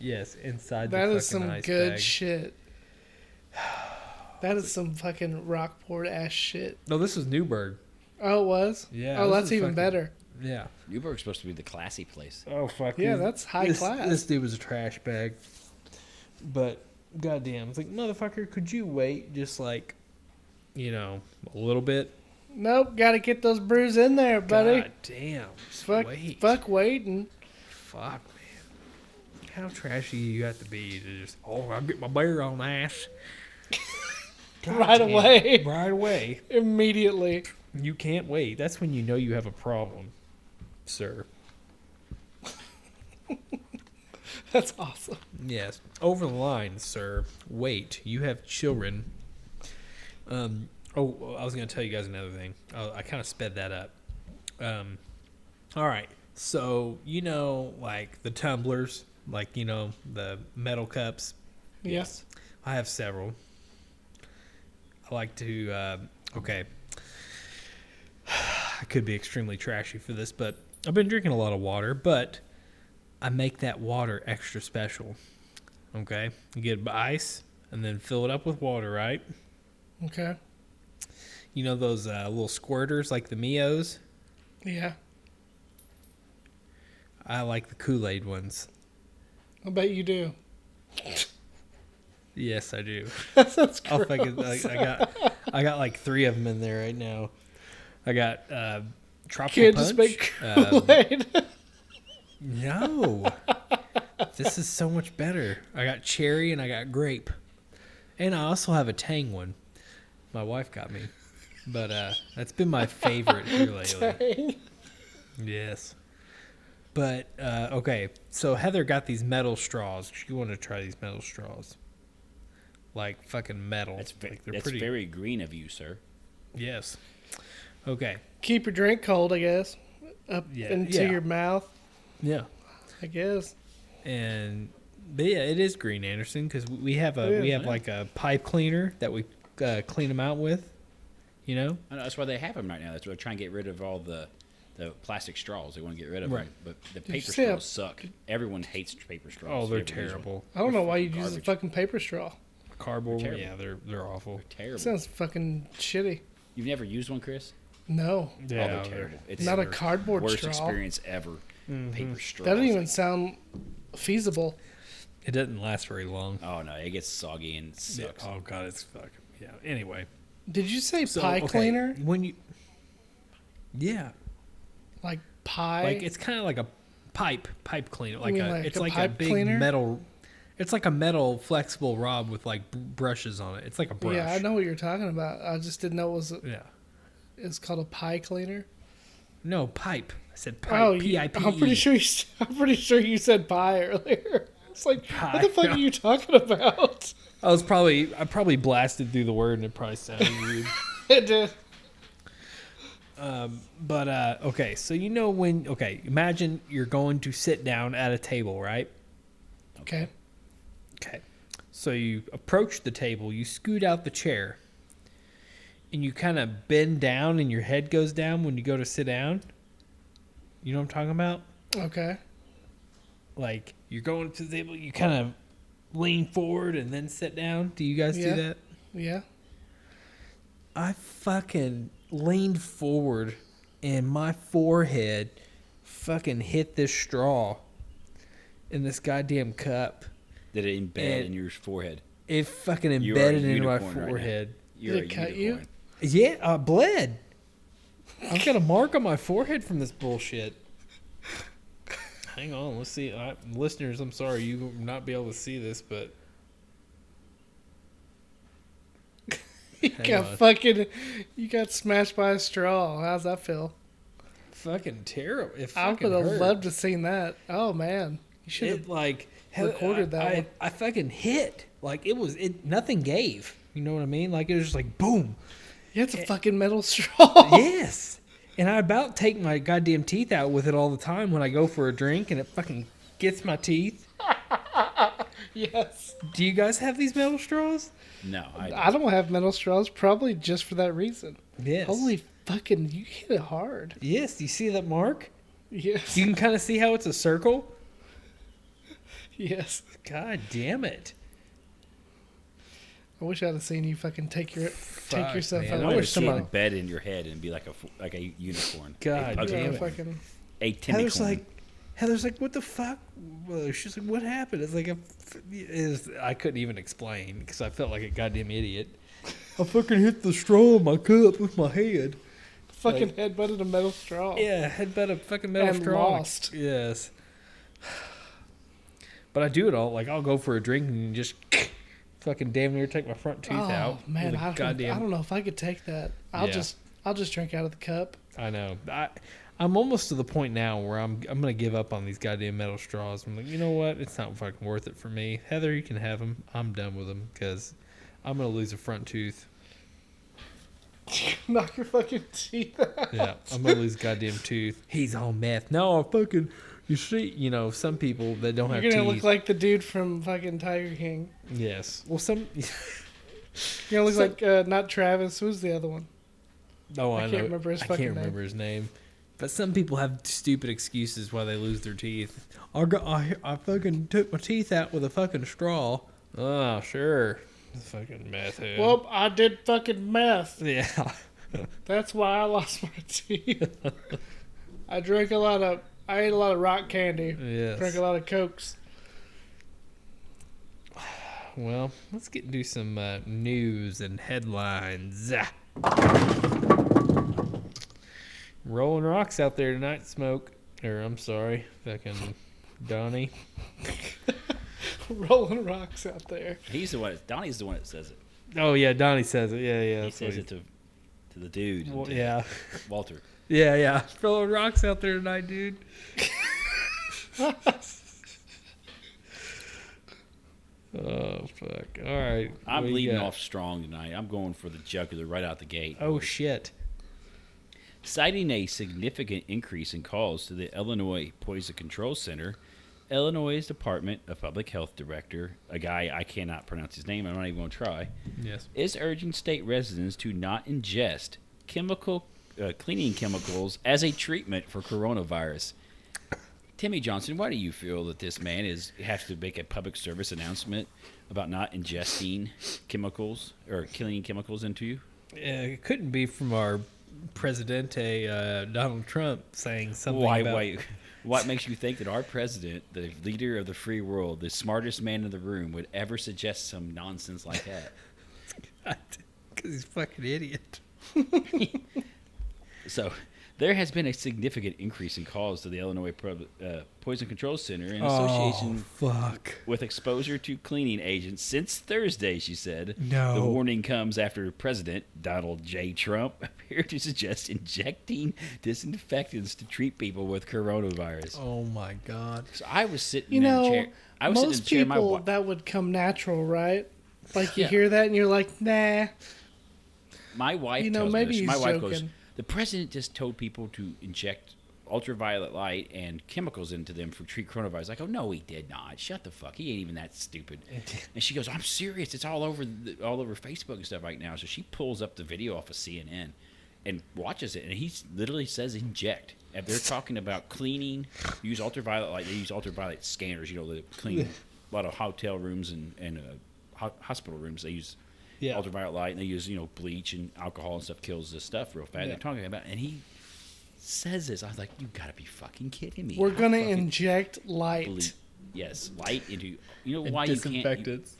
Speaker 1: Yes, inside
Speaker 3: That
Speaker 1: the
Speaker 3: is
Speaker 1: fucking
Speaker 3: some
Speaker 1: ice
Speaker 3: good
Speaker 1: bag.
Speaker 3: shit. That is some fucking Rockport ass shit.
Speaker 1: no, this was Newburgh.
Speaker 3: Oh, it was.
Speaker 1: Yeah,
Speaker 3: Oh,
Speaker 1: this
Speaker 3: that's
Speaker 1: is
Speaker 3: even
Speaker 1: fucking-
Speaker 3: better.
Speaker 1: Yeah.
Speaker 2: Newburgh's supposed to be the classy place.
Speaker 1: Oh fuck.
Speaker 3: Yeah,
Speaker 1: this-
Speaker 3: that's high
Speaker 1: this-
Speaker 3: class.
Speaker 1: This dude was a trash bag. But goddamn, it's like motherfucker, could you wait just like, you know, a little bit?
Speaker 3: Nope, gotta get those brews in there, buddy.
Speaker 1: God damn. just
Speaker 3: fuck,
Speaker 1: wait.
Speaker 3: fuck waiting.
Speaker 1: Fuck, man. How trashy you got to be to just oh, I'll get my beer on ass
Speaker 3: Right away.
Speaker 1: right away.
Speaker 3: Immediately.
Speaker 1: You can't wait. That's when you know you have a problem, sir.
Speaker 3: That's awesome.
Speaker 1: Yes. Over the line, sir. Wait, you have children. Um, oh, I was going to tell you guys another thing. I, I kind of sped that up. Um, all right. So, you know, like the tumblers, like, you know, the metal cups.
Speaker 3: Yes.
Speaker 1: I have several. I like to. Uh, okay. I could be extremely trashy for this, but I've been drinking a lot of water, but I make that water extra special. Okay? You get ice and then fill it up with water, right?
Speaker 3: Okay.
Speaker 1: You know those uh, little squirters like the Mios?
Speaker 3: Yeah.
Speaker 1: I like the Kool Aid ones.
Speaker 3: I bet you do.
Speaker 1: Yes, I do.
Speaker 3: that sounds
Speaker 1: I'll
Speaker 3: gross.
Speaker 1: fucking, I, I got, I got like three of them in there right now. I got uh, tropical
Speaker 3: Can't
Speaker 1: punch.
Speaker 3: just make
Speaker 1: Um,
Speaker 3: Kool-Aid.
Speaker 1: No. this is so much better. I got cherry and I got grape. And I also have a tang one. My wife got me. But uh that's been my favorite here lately.
Speaker 3: Dang.
Speaker 1: Yes. But uh okay, so Heather got these metal straws. She wanted to try these metal straws. Like fucking metal.
Speaker 2: That's, ve-
Speaker 1: like
Speaker 2: that's very green of you, sir.
Speaker 1: Yes. Okay.
Speaker 3: Keep your drink cold, I guess. Up
Speaker 1: Yeah.
Speaker 3: into
Speaker 1: Yeah.
Speaker 3: your mouth,
Speaker 1: Yeah.
Speaker 3: I guess.
Speaker 1: and but yeah, it is green Anderson because we have a
Speaker 3: It
Speaker 1: we
Speaker 3: is,
Speaker 1: have
Speaker 2: yeah.
Speaker 1: like a pipe cleaner that we uh, clean them out with, you know.
Speaker 2: I know, that's why they have them right now. That's why they're trying to get rid of all the the plastic straws. They want to get rid of
Speaker 1: Right.
Speaker 2: them, but the
Speaker 3: you
Speaker 2: paper
Speaker 3: say I-
Speaker 2: straws suck. Everyone hates paper straws.
Speaker 1: Oh, they're
Speaker 2: Everyone uses them.
Speaker 1: terrible.
Speaker 3: I don't know why
Speaker 2: fucking
Speaker 3: you'd use a
Speaker 2: garbage.
Speaker 3: fucking paper straw.
Speaker 1: Cardboard.
Speaker 2: They're
Speaker 1: Yeah, they're they're awful.
Speaker 2: They're terrible.
Speaker 3: Sounds fucking shitty.
Speaker 2: You've never used one, Chris?
Speaker 3: No.
Speaker 2: oh, they're terrible. It's
Speaker 3: not a
Speaker 2: the
Speaker 3: cardboard
Speaker 2: worst
Speaker 3: straw.
Speaker 2: experience ever. Paper straws.
Speaker 3: That doesn't even sound feasible.
Speaker 1: It doesn't last very long.
Speaker 2: Oh no, it gets soggy and
Speaker 1: Yeah.
Speaker 2: sucks.
Speaker 1: Oh god, it's fuck. Yeah. Anyway,
Speaker 3: Did you say
Speaker 1: So,
Speaker 3: pie
Speaker 1: okay,
Speaker 3: cleaner?
Speaker 1: when you. Yeah,
Speaker 3: Like pie?
Speaker 1: like it's kind of like a pipe pipe cleaner. Like
Speaker 3: mean
Speaker 1: a,
Speaker 3: like
Speaker 1: it's
Speaker 3: a
Speaker 1: like a
Speaker 3: pipe
Speaker 1: big
Speaker 3: cleaner?
Speaker 1: metal. It's like a metal flexible rod with like br- brushes on it. It's like a brush.
Speaker 3: Yeah, I know what you're talking about. I just didn't know it was
Speaker 1: Yeah.
Speaker 3: it's called a pie cleaner.
Speaker 1: No pipe. I E. said pipe.
Speaker 3: Oh, you,
Speaker 1: P-I-P-E.
Speaker 3: I'm pretty sure you, s- I'm pretty sure you said pie earlier. It's like what
Speaker 1: Pie.
Speaker 3: the fuck are you talking about?
Speaker 1: I was probably I probably blasted through the word and it probably sounded weird.
Speaker 3: It did.
Speaker 1: But uh, okay, so you know when okay, imagine you're going to sit down at a table, right?
Speaker 3: Okay.
Speaker 1: Okay. So you approach the table, you scoot out the chair, and you kind of bend down, and your head goes down when you go to sit down. You know what I'm talking about?
Speaker 3: Okay.
Speaker 1: Like you're going to the table, you kind of lean forward and then sit down. Do you guys
Speaker 3: Yeah.
Speaker 1: do that?
Speaker 3: Yeah.
Speaker 1: I fucking leaned forward and my forehead fucking hit this straw in this goddamn cup.
Speaker 2: Did it embed
Speaker 1: And-
Speaker 2: in your forehead?
Speaker 1: It fucking
Speaker 2: You are a
Speaker 1: embedded into my
Speaker 2: unicorn right now.
Speaker 1: forehead.
Speaker 2: You're
Speaker 3: it
Speaker 2: a
Speaker 3: cut you?
Speaker 2: unicorn.
Speaker 1: yeah, I bled. I've got a mark on my forehead from this bullshit. Hang on, let's see. I, listeners, I'm sorry you will not be able to see this, but
Speaker 3: You
Speaker 1: Hang
Speaker 3: got
Speaker 1: on.
Speaker 3: fucking you got smashed by a straw. How's that feel?
Speaker 1: fucking terrible. It
Speaker 3: I
Speaker 1: fucking
Speaker 3: would have
Speaker 1: hurt.
Speaker 3: loved to seen that. Oh man. You should have
Speaker 1: it like hell,
Speaker 3: recorded
Speaker 1: I,
Speaker 3: that
Speaker 1: I,
Speaker 3: one.
Speaker 1: I fucking hit like it was it nothing gave you know what i mean like it was just like boom
Speaker 3: Yeah, it's a fucking metal straw.
Speaker 1: yes and i about take my goddamn teeth out with it all the time when i go for a drink and it fucking gets my teeth
Speaker 3: yes.
Speaker 1: do you guys have these metal straws
Speaker 2: No, I don't.
Speaker 3: I don't have metal straws probably just for that reason.
Speaker 1: yes
Speaker 3: Holy fucking you hit it hard.
Speaker 1: yes you see that mark
Speaker 3: Yes.
Speaker 1: you can kind of see how it's a circle
Speaker 3: yes.
Speaker 1: god damn it
Speaker 3: I wish I'd have seen you fucking take your take yourself
Speaker 1: man.
Speaker 2: I
Speaker 1: I
Speaker 3: out.
Speaker 1: would've
Speaker 2: want to
Speaker 1: wish
Speaker 2: see it
Speaker 1: somebody-
Speaker 2: embed in your head and be like a f- like a unicorn.
Speaker 1: God
Speaker 2: a,
Speaker 1: damn
Speaker 2: puggy-
Speaker 3: Yeah,
Speaker 1: it.
Speaker 3: fucking
Speaker 2: a tentacle.
Speaker 1: Heather's like, Heather's like, what the fuck? Well, she's like, what happened? It's like, a, is I couldn't even explain because I felt like a goddamn idiot. I fucking hit the straw in my cup with my head.
Speaker 3: fucking headbutted a metal straw.
Speaker 1: Oh. Yeah, headbutt a fucking metal
Speaker 3: And
Speaker 1: straw.
Speaker 3: lost.
Speaker 1: Yes. But I do it all. Like I'll go for a drink and just fucking damn near take my front tooth
Speaker 3: Oh
Speaker 1: out.
Speaker 3: man,
Speaker 1: with a
Speaker 3: I don't, I don't know if I could take that. I'll
Speaker 1: Yeah.
Speaker 3: just I'll just drink out of the cup.
Speaker 1: I know. I I'm almost to the point now where I'm I'm gonna give up on these goddamn metal straws. I'm like, you know what? It's not fucking worth it for me. Heather, you can have them. I'm done with them because I'm gonna lose a front tooth.
Speaker 3: Knock your fucking teeth out.
Speaker 1: Yeah, I'm gonna lose a goddamn tooth. He's on meth. No, I fucking You see, you know, some people that don't
Speaker 3: You're
Speaker 1: have
Speaker 3: gonna
Speaker 1: teeth.
Speaker 3: look like the dude from fucking Tiger King.
Speaker 1: yes. Well, some.
Speaker 3: You're gonna look
Speaker 1: So-
Speaker 3: like uh, not Travis. Who's the other one?
Speaker 1: Oh, I,
Speaker 3: I can't
Speaker 1: know.
Speaker 3: remember his
Speaker 1: I
Speaker 3: fucking
Speaker 1: can't
Speaker 3: name.
Speaker 1: remember his name. But some people have stupid excuses why they lose their teeth. I got, I, I fucking took my teeth out with a fucking straw. Oh, sure. Fucking meth head.
Speaker 3: Well, I did fucking meth.
Speaker 1: yeah.
Speaker 3: That's why I lost my teeth. I drank a lot of. I ate a lot of rock candy. Drank
Speaker 1: Yes.
Speaker 3: a lot of cokes.
Speaker 1: Well, let's get into some uh, news and headlines. Ah. Rolling rocks out there tonight, Smoke. Or, I'm sorry, fucking Donnie.
Speaker 3: Rolling rocks out there.
Speaker 2: He's the one. Donnie's the one that says it.
Speaker 1: Oh, yeah, Donnie says it. Yeah, yeah.
Speaker 2: he
Speaker 1: that's what
Speaker 2: says it to to the dude. and
Speaker 1: Well,
Speaker 2: to
Speaker 1: yeah.
Speaker 2: Walter.
Speaker 1: Yeah, yeah. Throwing rocks out there tonight, dude. oh fuck! All right,
Speaker 2: I'm
Speaker 1: what you
Speaker 2: leading
Speaker 1: got?
Speaker 2: off strong tonight. I'm going for the jugular right out the gate.
Speaker 1: uh, Oh shit!
Speaker 2: Citing a significant increase in calls to the Illinois Poison Control Center, Illinois Department of Public Health Director, a guy I cannot pronounce his name, I'm not even going to try,
Speaker 1: Yes.
Speaker 2: is urging state residents to not ingest chemical uh, cleaning chemicals as a treatment for coronavirus. Timmy Johnson, why do you feel that this man is has to make a public service announcement about not ingesting chemicals or cleaning chemicals into you?
Speaker 1: Uh, it couldn't be from our Presidente uh, Donald Trump saying something
Speaker 2: why,
Speaker 1: about
Speaker 2: why, what makes you think that our president, the leader of the free world, the smartest man in the room, would ever suggest some nonsense like that?
Speaker 1: because he's a fucking idiot.
Speaker 2: So, there has been a significant increase in calls to the Illinois Pro- uh, Poison Control Center in association
Speaker 1: Oh fuck!
Speaker 2: with exposure to cleaning agents since Thursday, she said.
Speaker 1: No.
Speaker 2: The warning comes after President Donald J. Trump appeared to suggest injecting disinfectants to treat people with coronavirus.
Speaker 1: Oh my god!
Speaker 2: So I was sitting
Speaker 3: You
Speaker 2: in
Speaker 3: know,
Speaker 2: the chair. I was
Speaker 3: most
Speaker 2: sitting in the chair.
Speaker 3: people
Speaker 2: My, wa-
Speaker 3: that would come natural, right? Like you
Speaker 2: Yeah.
Speaker 3: hear that and you're like, nah.
Speaker 2: My wife
Speaker 3: You know,
Speaker 2: tells
Speaker 3: maybe
Speaker 2: me this.
Speaker 3: he's
Speaker 2: My wife goes,
Speaker 3: joking.
Speaker 2: the president just told people to inject ultraviolet light and chemicals into them for treat coronavirus. I go, no, he did not. Shut the fuck. He ain't even that stupid. and she goes, I'm serious. It's all over the, all over Facebook and stuff right now. So she pulls up the video off of CNN and watches it, and he literally says inject. If they're talking about cleaning, use ultraviolet light. They use ultraviolet scanners. You know, they clean a lot of hotel rooms and and uh, ho- hospital rooms. They use
Speaker 1: Yeah.
Speaker 2: ultraviolet light, and they use you know bleach and alcohol and stuff kills this stuff real fast.
Speaker 1: Yeah.
Speaker 2: They're talking about, and he says this. I was like, you gotta be fucking kidding me.
Speaker 3: We're
Speaker 2: I
Speaker 3: gonna
Speaker 2: fucking
Speaker 3: inject light.
Speaker 2: believe- Yes, light into you know
Speaker 1: And
Speaker 2: why you can't you-
Speaker 1: disinfectants.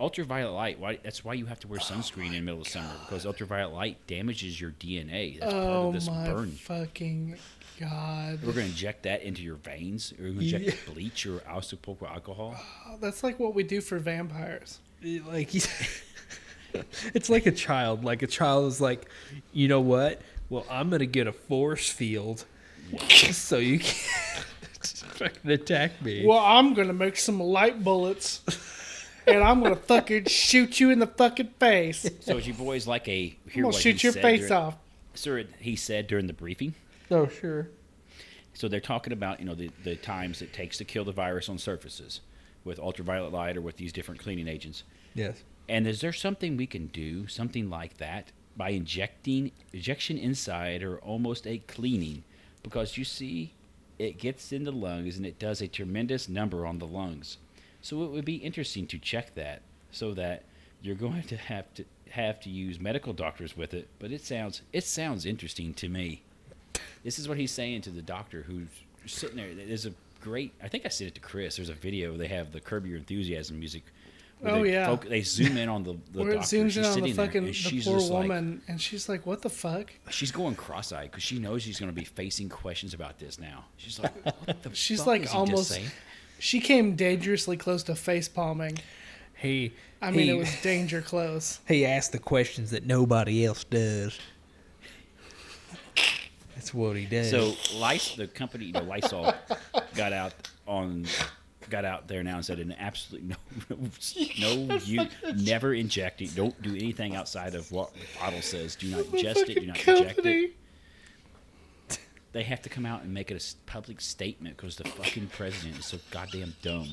Speaker 2: ultraviolet light. Why that's why you have to
Speaker 3: Oh
Speaker 2: wear sunscreen in the middle of summer because ultraviolet light damages your DNA. That's part
Speaker 3: Oh
Speaker 2: of this
Speaker 3: my
Speaker 2: burn.
Speaker 3: fucking god!
Speaker 2: We're gonna inject that into your veins. We're gonna inject bleach or isopropyl alcohol.
Speaker 3: Oh, that's like what we do for vampires.
Speaker 1: like it's like a child like a child is like you know what well i'm gonna get a force field so you can't fucking attack me
Speaker 3: Well, I'm gonna make some light bullets, and I'm gonna fucking shoot you in the fucking face. I'm
Speaker 2: So is you boys like a hear
Speaker 3: gonna
Speaker 2: what
Speaker 3: shoot
Speaker 2: he
Speaker 3: your
Speaker 2: said
Speaker 3: face
Speaker 2: during-
Speaker 3: off.
Speaker 2: Sir, he said during the briefing.
Speaker 1: oh sure
Speaker 2: So they're talking about you know the, the times it takes to kill the virus on surfaces with ultraviolet light or with these different cleaning agents.
Speaker 1: yes
Speaker 2: And is there something we can do, something like that, by injecting injection inside or almost a cleaning? Because you see, it gets in the lungs and it does a tremendous number on the lungs. So it would be interesting to check that, so that you're going to have to have to use medical doctors with it. But it sounds it sounds interesting to me. This is what he's saying to the doctor who's sitting there. There's a great. I think I sent it to Chris. There's a video. They have the Curb Your Enthusiasm music. where
Speaker 3: Oh,
Speaker 2: they
Speaker 3: yeah.
Speaker 2: foc- they zoom in on the, the
Speaker 3: Where it
Speaker 2: doctor.
Speaker 3: zooms
Speaker 2: she's
Speaker 3: in on the
Speaker 2: sitting
Speaker 3: fucking
Speaker 2: there, and
Speaker 3: the
Speaker 2: she's
Speaker 3: poor
Speaker 2: just
Speaker 3: woman, and she's like, "What the fuck?"
Speaker 2: like she's going cross-eyed because she knows she's going to be facing questions about this now. She's like, what the
Speaker 3: She's
Speaker 2: fuck
Speaker 3: like
Speaker 2: is he just
Speaker 3: almost.
Speaker 2: saying?
Speaker 3: She came dangerously close to face palming.
Speaker 1: he
Speaker 3: I mean,
Speaker 1: he,
Speaker 3: it was danger close.
Speaker 1: he asked the questions that nobody else does that's what he does
Speaker 2: So Lys- the company, you know, Lysol, got out on, got out there now and said an absolute no, no, no you never inject it. Don't do anything outside of what the bottle says. Do not ingest it. Do
Speaker 3: Fucking
Speaker 2: not inject it.
Speaker 3: company.
Speaker 2: They have to come out and make it a s- public statement because the fucking president is so goddamn dumb.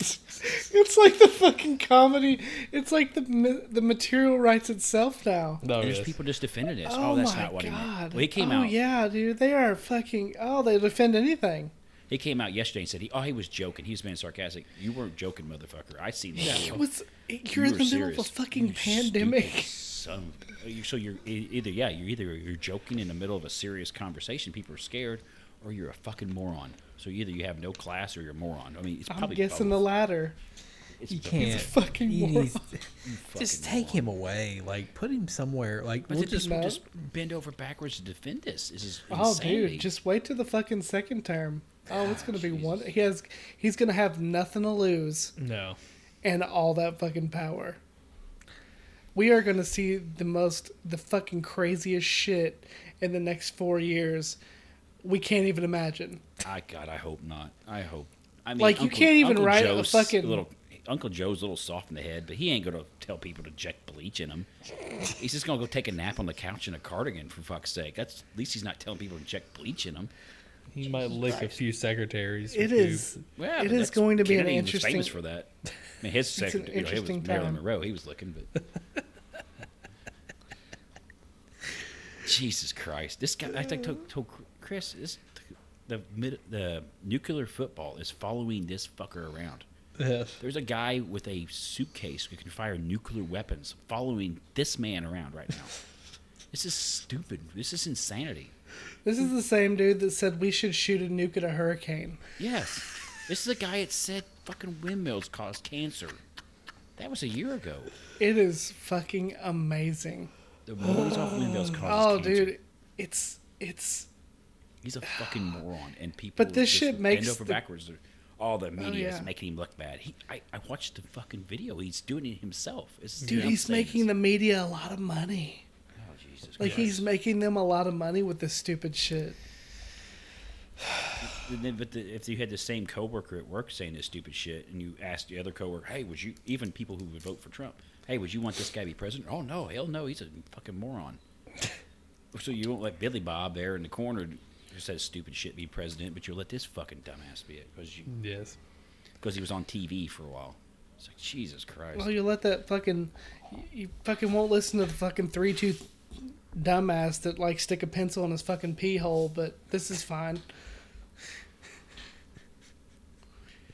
Speaker 3: It's like the fucking comedy. It's like the ma- the material writes itself now.
Speaker 1: No,
Speaker 2: And
Speaker 1: it
Speaker 2: there's
Speaker 1: is.
Speaker 2: people just defended this. Oh, that's not what he meant. Well, he came
Speaker 3: oh,
Speaker 2: out.
Speaker 3: yeah, dude. They are fucking. Oh, they defend anything.
Speaker 2: He came out yesterday and said, he, "Oh, he was joking. He was being sarcastic. You weren't joking, motherfucker. I see that.
Speaker 3: It was. You're in the middle of a fucking pandemic.
Speaker 2: Son of a- you- so you're e- either yeah, you're either you're joking in the middle of a serious conversation. People are scared, or you're a fucking moron. So either you have no class or you're a moron. I mean, it's
Speaker 3: I'm
Speaker 2: probably
Speaker 3: guessing the
Speaker 2: both.
Speaker 3: latter.
Speaker 2: It's
Speaker 1: You
Speaker 2: both.
Speaker 1: can't.
Speaker 3: fucking
Speaker 1: He
Speaker 3: moron.
Speaker 1: needs-
Speaker 2: You fucking
Speaker 1: just take
Speaker 2: moron.
Speaker 1: him away. Like put him somewhere. Like
Speaker 2: But
Speaker 1: we'll
Speaker 2: the
Speaker 1: just
Speaker 2: people
Speaker 3: No.
Speaker 2: just bend over backwards to defend this. This is
Speaker 3: Oh,
Speaker 2: insanity.
Speaker 3: dude. Just wait till the fucking second term. Oh, it's gonna be
Speaker 2: Jesus.
Speaker 3: one. He has. He's gonna have nothing to lose
Speaker 1: no.
Speaker 3: and all that fucking power. We are gonna see the most, the fucking craziest shit in the next four years. We can't even imagine.
Speaker 2: I God, I hope not. I hope. I mean,
Speaker 3: Like, you can't even
Speaker 2: Uncle
Speaker 3: write a
Speaker 2: Joe's
Speaker 3: fucking-
Speaker 2: little. Uncle Joe's a little soft in the head, but he ain't gonna tell people to jet bleach in him. He's just gonna go take a nap on the couch in a cardigan for fuck's sake. That's at least he's not telling people to jet bleach in him.
Speaker 1: He might lick a
Speaker 2: Christ.
Speaker 1: few secretaries.
Speaker 3: It
Speaker 1: with you.
Speaker 3: is.
Speaker 2: Well,
Speaker 3: it
Speaker 2: but
Speaker 3: is
Speaker 2: that's-
Speaker 3: going to be
Speaker 2: Kennedy
Speaker 3: an
Speaker 2: Was
Speaker 3: interesting.
Speaker 2: famous for that. I mean, his
Speaker 3: an
Speaker 2: secretary, you know, it was
Speaker 3: interesting
Speaker 2: Marilyn
Speaker 3: time.
Speaker 2: Monroe. He was looking, but Jesus Christ, this guy! I think told, told Chris this the mid, the nuclear football is following this fucker around.
Speaker 1: Yes.
Speaker 2: There's a guy with a suitcase who can fire nuclear weapons following this man around right now. this is stupid. This is insanity.
Speaker 3: This is the same dude that said we should shoot a nuke at a hurricane.
Speaker 2: Yes. This is a guy that said fucking windmills cause cancer. That was a year ago.
Speaker 3: It is fucking amazing.
Speaker 2: The noise off windmills causes
Speaker 3: Oh,
Speaker 2: cancer.
Speaker 3: dude, it's it's
Speaker 2: He's a fucking moron, and people.
Speaker 3: But this
Speaker 2: just
Speaker 3: shit makes
Speaker 2: bend over
Speaker 3: the- Oh,
Speaker 2: backwards. All the media is
Speaker 3: yeah.
Speaker 2: making him look bad. He, I, I watched the fucking video. He's doing it himself. It's
Speaker 3: dude. He's making the media a lot of money.
Speaker 2: Oh, Jesus
Speaker 3: Like
Speaker 2: Christ.
Speaker 3: he's making them a lot of money with this stupid shit.
Speaker 2: And then, but the, if you had the same coworker at work saying this stupid shit, and you asked the other coworker, "Hey, would you?" Even people who would vote for Trump, "Hey, would you want this guy to be president?" Oh no, hell no, he's a fucking moron. so you won't let Billy Bob there in the corner who says stupid shit be president, but you'll let this fucking dumbass be it because
Speaker 1: Yes.
Speaker 2: he was on TV for a while. It's like Jesus Christ.
Speaker 3: Well, you let that fucking you- you fucking won't listen to the fucking three tooth dumbass that like stick a pencil in his fucking pee hole. But this is fine.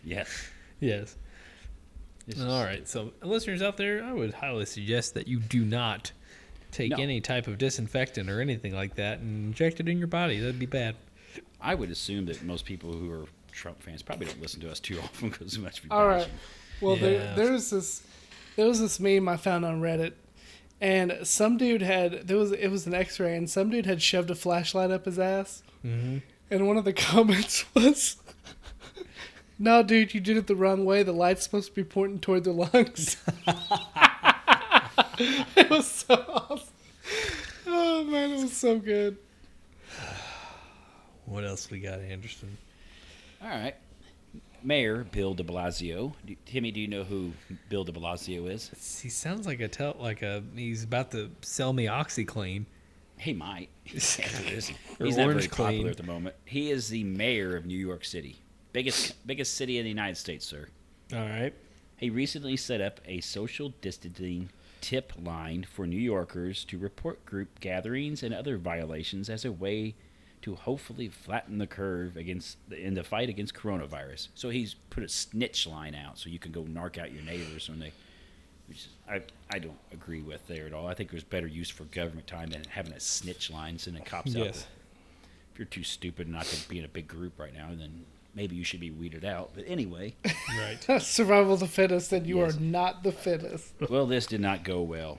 Speaker 2: yes.
Speaker 1: Yes.
Speaker 2: This
Speaker 1: All
Speaker 2: is-
Speaker 1: right. So, listeners out there, I would highly suggest that you do not take
Speaker 2: No.
Speaker 1: any type of disinfectant or anything like that and inject it in your body. That'd be bad.
Speaker 2: I would assume that most people who are Trump fans probably don't listen to us too often because we much be
Speaker 3: All right.
Speaker 2: bashing.
Speaker 3: Well,
Speaker 1: Yeah.
Speaker 3: there, there was this, there was this meme I found on Reddit, and some dude had there was it was an X-ray, and some dude had shoved a flashlight up his ass,
Speaker 4: Mm-hmm.
Speaker 3: and one of the comments was, "No, dude, you did it the wrong way. The light's supposed to be pointing toward the lungs." it was so awesome. Oh man, it was so good.
Speaker 1: What else we got, Anderson?
Speaker 2: All right. Mayor Bill de Blasio. Do- Timmy, do you know who Bill de Blasio is?
Speaker 1: He sounds like a tell like a he's about to sell me OxyClean.
Speaker 2: He might. He's
Speaker 1: Or
Speaker 2: not very
Speaker 1: Orange
Speaker 2: popular
Speaker 1: Clean.
Speaker 2: at the moment. He is the mayor of New York City. Biggest biggest city in the United States, sir.
Speaker 1: All right.
Speaker 2: He recently set up a social distancing tip line for New Yorkers to report group gatherings and other violations as a way to hopefully flatten the curve against in the fight against coronavirus. So he's put a snitch line out so you can go narc out your neighbors when they which is- I, I don't agree with there at all. I think there's better use for government time than having a snitch line sending cops out.
Speaker 1: Yes.
Speaker 2: If you're too stupid not to be in a big group right now, then maybe you should be weeded out. But anyway,
Speaker 1: Right.
Speaker 3: Survival of the fittest, and you
Speaker 2: Yes.
Speaker 3: are not the fittest.
Speaker 2: well, this did not go well.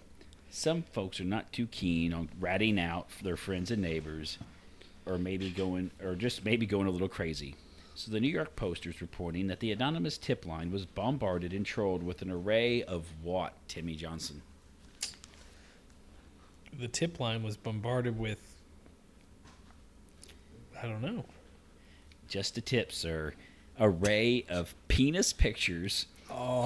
Speaker 2: Some folks are not too keen on ratting out their friends and neighbors, or maybe going, or just maybe going a little crazy. So the New York Post is reporting that the anonymous tip line was bombarded and trolled with an array of what, Timmy Johnson?
Speaker 1: the tip line was bombarded with I don't know.
Speaker 2: Just a tip, sir. Array of penis pictures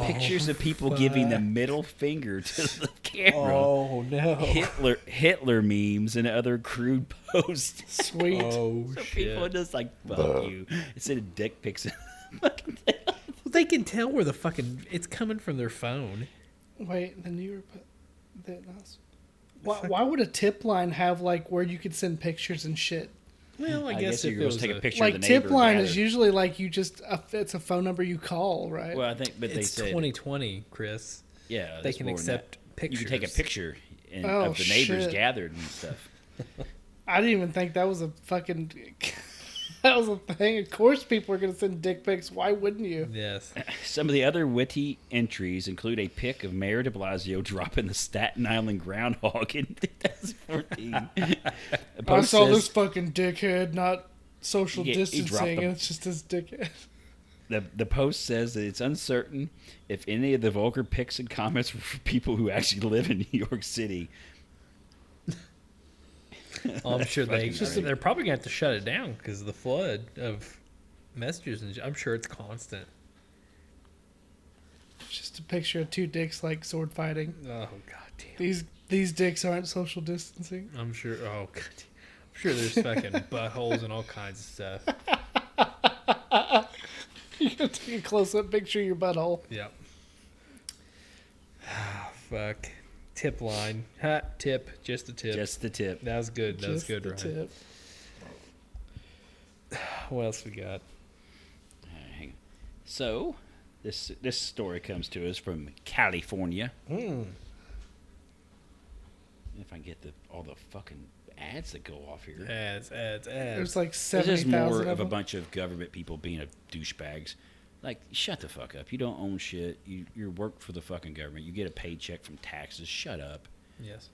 Speaker 2: pictures of people giving the
Speaker 4: fuck.
Speaker 2: middle finger to the camera.
Speaker 4: Oh no.
Speaker 2: Hitler Hitler memes and other crude posts.
Speaker 3: Sweet.
Speaker 4: Oh
Speaker 2: So people are
Speaker 4: shit.
Speaker 2: just like, fuck you. Instead of dick pics.
Speaker 1: Well, they can tell where the fucking it's coming from their phone.
Speaker 3: Wait, the newer, but that not. Why, why would a tip line have like where you could send pictures and shit?
Speaker 1: Well, I,
Speaker 2: I
Speaker 1: guess, if
Speaker 2: guess you
Speaker 1: it
Speaker 2: could
Speaker 1: was
Speaker 2: just take a
Speaker 1: a-
Speaker 2: picture of
Speaker 3: like
Speaker 2: the
Speaker 3: tip
Speaker 2: neighbor
Speaker 3: line
Speaker 2: gathered.
Speaker 3: is usually like you just a, it's a phone number you call, right?
Speaker 2: Well, I think, but they
Speaker 1: It's
Speaker 2: said,
Speaker 1: 2020, Chris.
Speaker 2: yeah,
Speaker 1: They
Speaker 2: it's
Speaker 1: can
Speaker 2: more than that.
Speaker 1: accept pictures.
Speaker 2: You can take a picture and,
Speaker 3: Oh,
Speaker 2: of the neighbors
Speaker 3: shit.
Speaker 2: gathered and stuff.
Speaker 3: I didn't even think that was a fucking that was a thing. Of course, people are gonna send dick pics. Why wouldn't you?
Speaker 1: Yes.
Speaker 2: Some of the other witty entries include a pic of Mayor de Blasio dropping the Staten Island groundhog in 2014. The
Speaker 3: I
Speaker 2: post
Speaker 3: saw
Speaker 2: says-
Speaker 3: this fucking dickhead not social
Speaker 2: He get- he dropped
Speaker 3: distancing,
Speaker 2: them.
Speaker 3: and it's just this dickhead.
Speaker 2: The, the post says that it's uncertain if any of the vulgar pics and comments were for people who actually live in New York City.
Speaker 1: Well, I'm sure they
Speaker 2: Fucking just-
Speaker 1: they're probably gonna have to shut it down because of the flood of messages, and I'm sure it's constant.
Speaker 3: It's Just a picture of two dicks like sword fighting.
Speaker 1: Oh god damn!
Speaker 3: These these dicks aren't social distancing.
Speaker 1: I'm sure. Oh god, damn. I'm sure there's fucking buttholes and all kinds of stuff.
Speaker 3: You gotta take a close up picture of your butthole.
Speaker 1: Yep. Ah, fuck. Tip line. Ha, tip. Just a tip.
Speaker 2: Just the tip.
Speaker 1: that was good. That was
Speaker 3: Just
Speaker 1: good,
Speaker 3: the
Speaker 1: Ryan.
Speaker 3: tip.
Speaker 1: What else we got?
Speaker 2: Alright, Uh, hang on. So, this this story comes to us from California.
Speaker 3: Hmm.
Speaker 2: If I can get the all the fucking ads that go off here.
Speaker 1: Ads, ads, ads.
Speaker 3: There's like
Speaker 2: This
Speaker 3: seventy
Speaker 2: is
Speaker 3: thousand
Speaker 2: more
Speaker 3: of,
Speaker 2: of a
Speaker 3: them.
Speaker 2: bunch of government people being a douchebags. Like, shut the fuck up. You don't own shit. You you work for the fucking government. You get a paycheck from taxes. Shut up.
Speaker 1: Yes.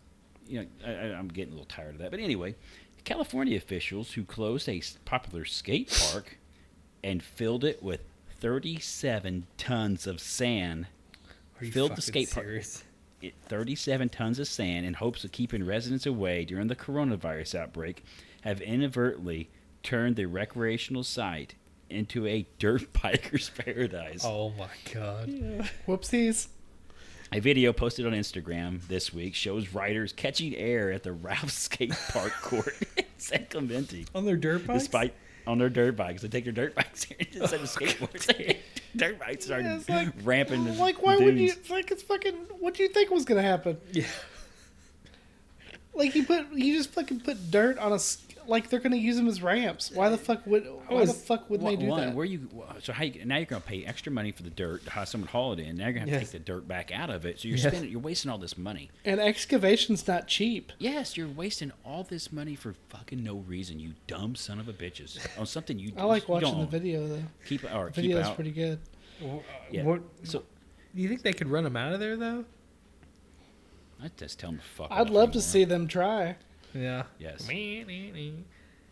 Speaker 2: you know, I, I- I'm getting a little tired of that. But anyway, California officials who closed a s- popular skate park and filled it with 37 tons of sand.
Speaker 1: Are you
Speaker 2: Filled the
Speaker 1: fucking
Speaker 2: skate park.
Speaker 1: serious?
Speaker 2: It, 37 tons of sand in hopes of keeping residents away during the coronavirus outbreak have inadvertently turned the recreational site into a dirt biker's paradise.
Speaker 1: Oh my god.
Speaker 3: Whoopsies.
Speaker 2: A video posted on Instagram this week shows riders catching air at the Ralph Skate Park court in San Clemente.
Speaker 1: On their dirt bikes.
Speaker 2: Despite on their dirt bikes, they take their dirt bikes here instead of skateboards. dirt bikes are
Speaker 3: Yeah, it's like-
Speaker 2: ramping. the
Speaker 3: Like, why would you?
Speaker 2: dudes.
Speaker 3: It's like, it's fucking. What do you think was gonna happen?
Speaker 1: Yeah.
Speaker 3: Like, you put, you just fucking put dirt on a. s- Like, they're gonna use them as ramps. Why the fuck would? Why the
Speaker 1: was-
Speaker 3: fuck would
Speaker 2: Wha-
Speaker 3: they do
Speaker 2: one,
Speaker 3: that?
Speaker 2: Where you? wha- So how you, now you're going to pay extra money for the dirt to have someone haul it in. Now you're going to have
Speaker 1: Yes.
Speaker 2: to take the dirt back out of it. So you're
Speaker 1: Yeah.
Speaker 2: spending, you're wasting all this money.
Speaker 3: And excavation's not cheap.
Speaker 2: Yes, you're wasting all this money for fucking no reason. You dumb son of a bitches on something you.
Speaker 3: I like
Speaker 2: you don't
Speaker 3: watching the
Speaker 2: own.
Speaker 3: video though.
Speaker 2: Keep or
Speaker 3: The
Speaker 2: keep
Speaker 3: video's
Speaker 2: out.
Speaker 3: pretty good.
Speaker 1: Wha-
Speaker 2: Yeah.
Speaker 1: uh, What?
Speaker 2: So
Speaker 1: Do you think they could run them out of there though?
Speaker 2: I just tell them to fuck.
Speaker 3: I'd
Speaker 2: off
Speaker 3: love to
Speaker 2: anymore.
Speaker 3: see them try.
Speaker 1: Yeah.
Speaker 2: Yes.
Speaker 1: Well,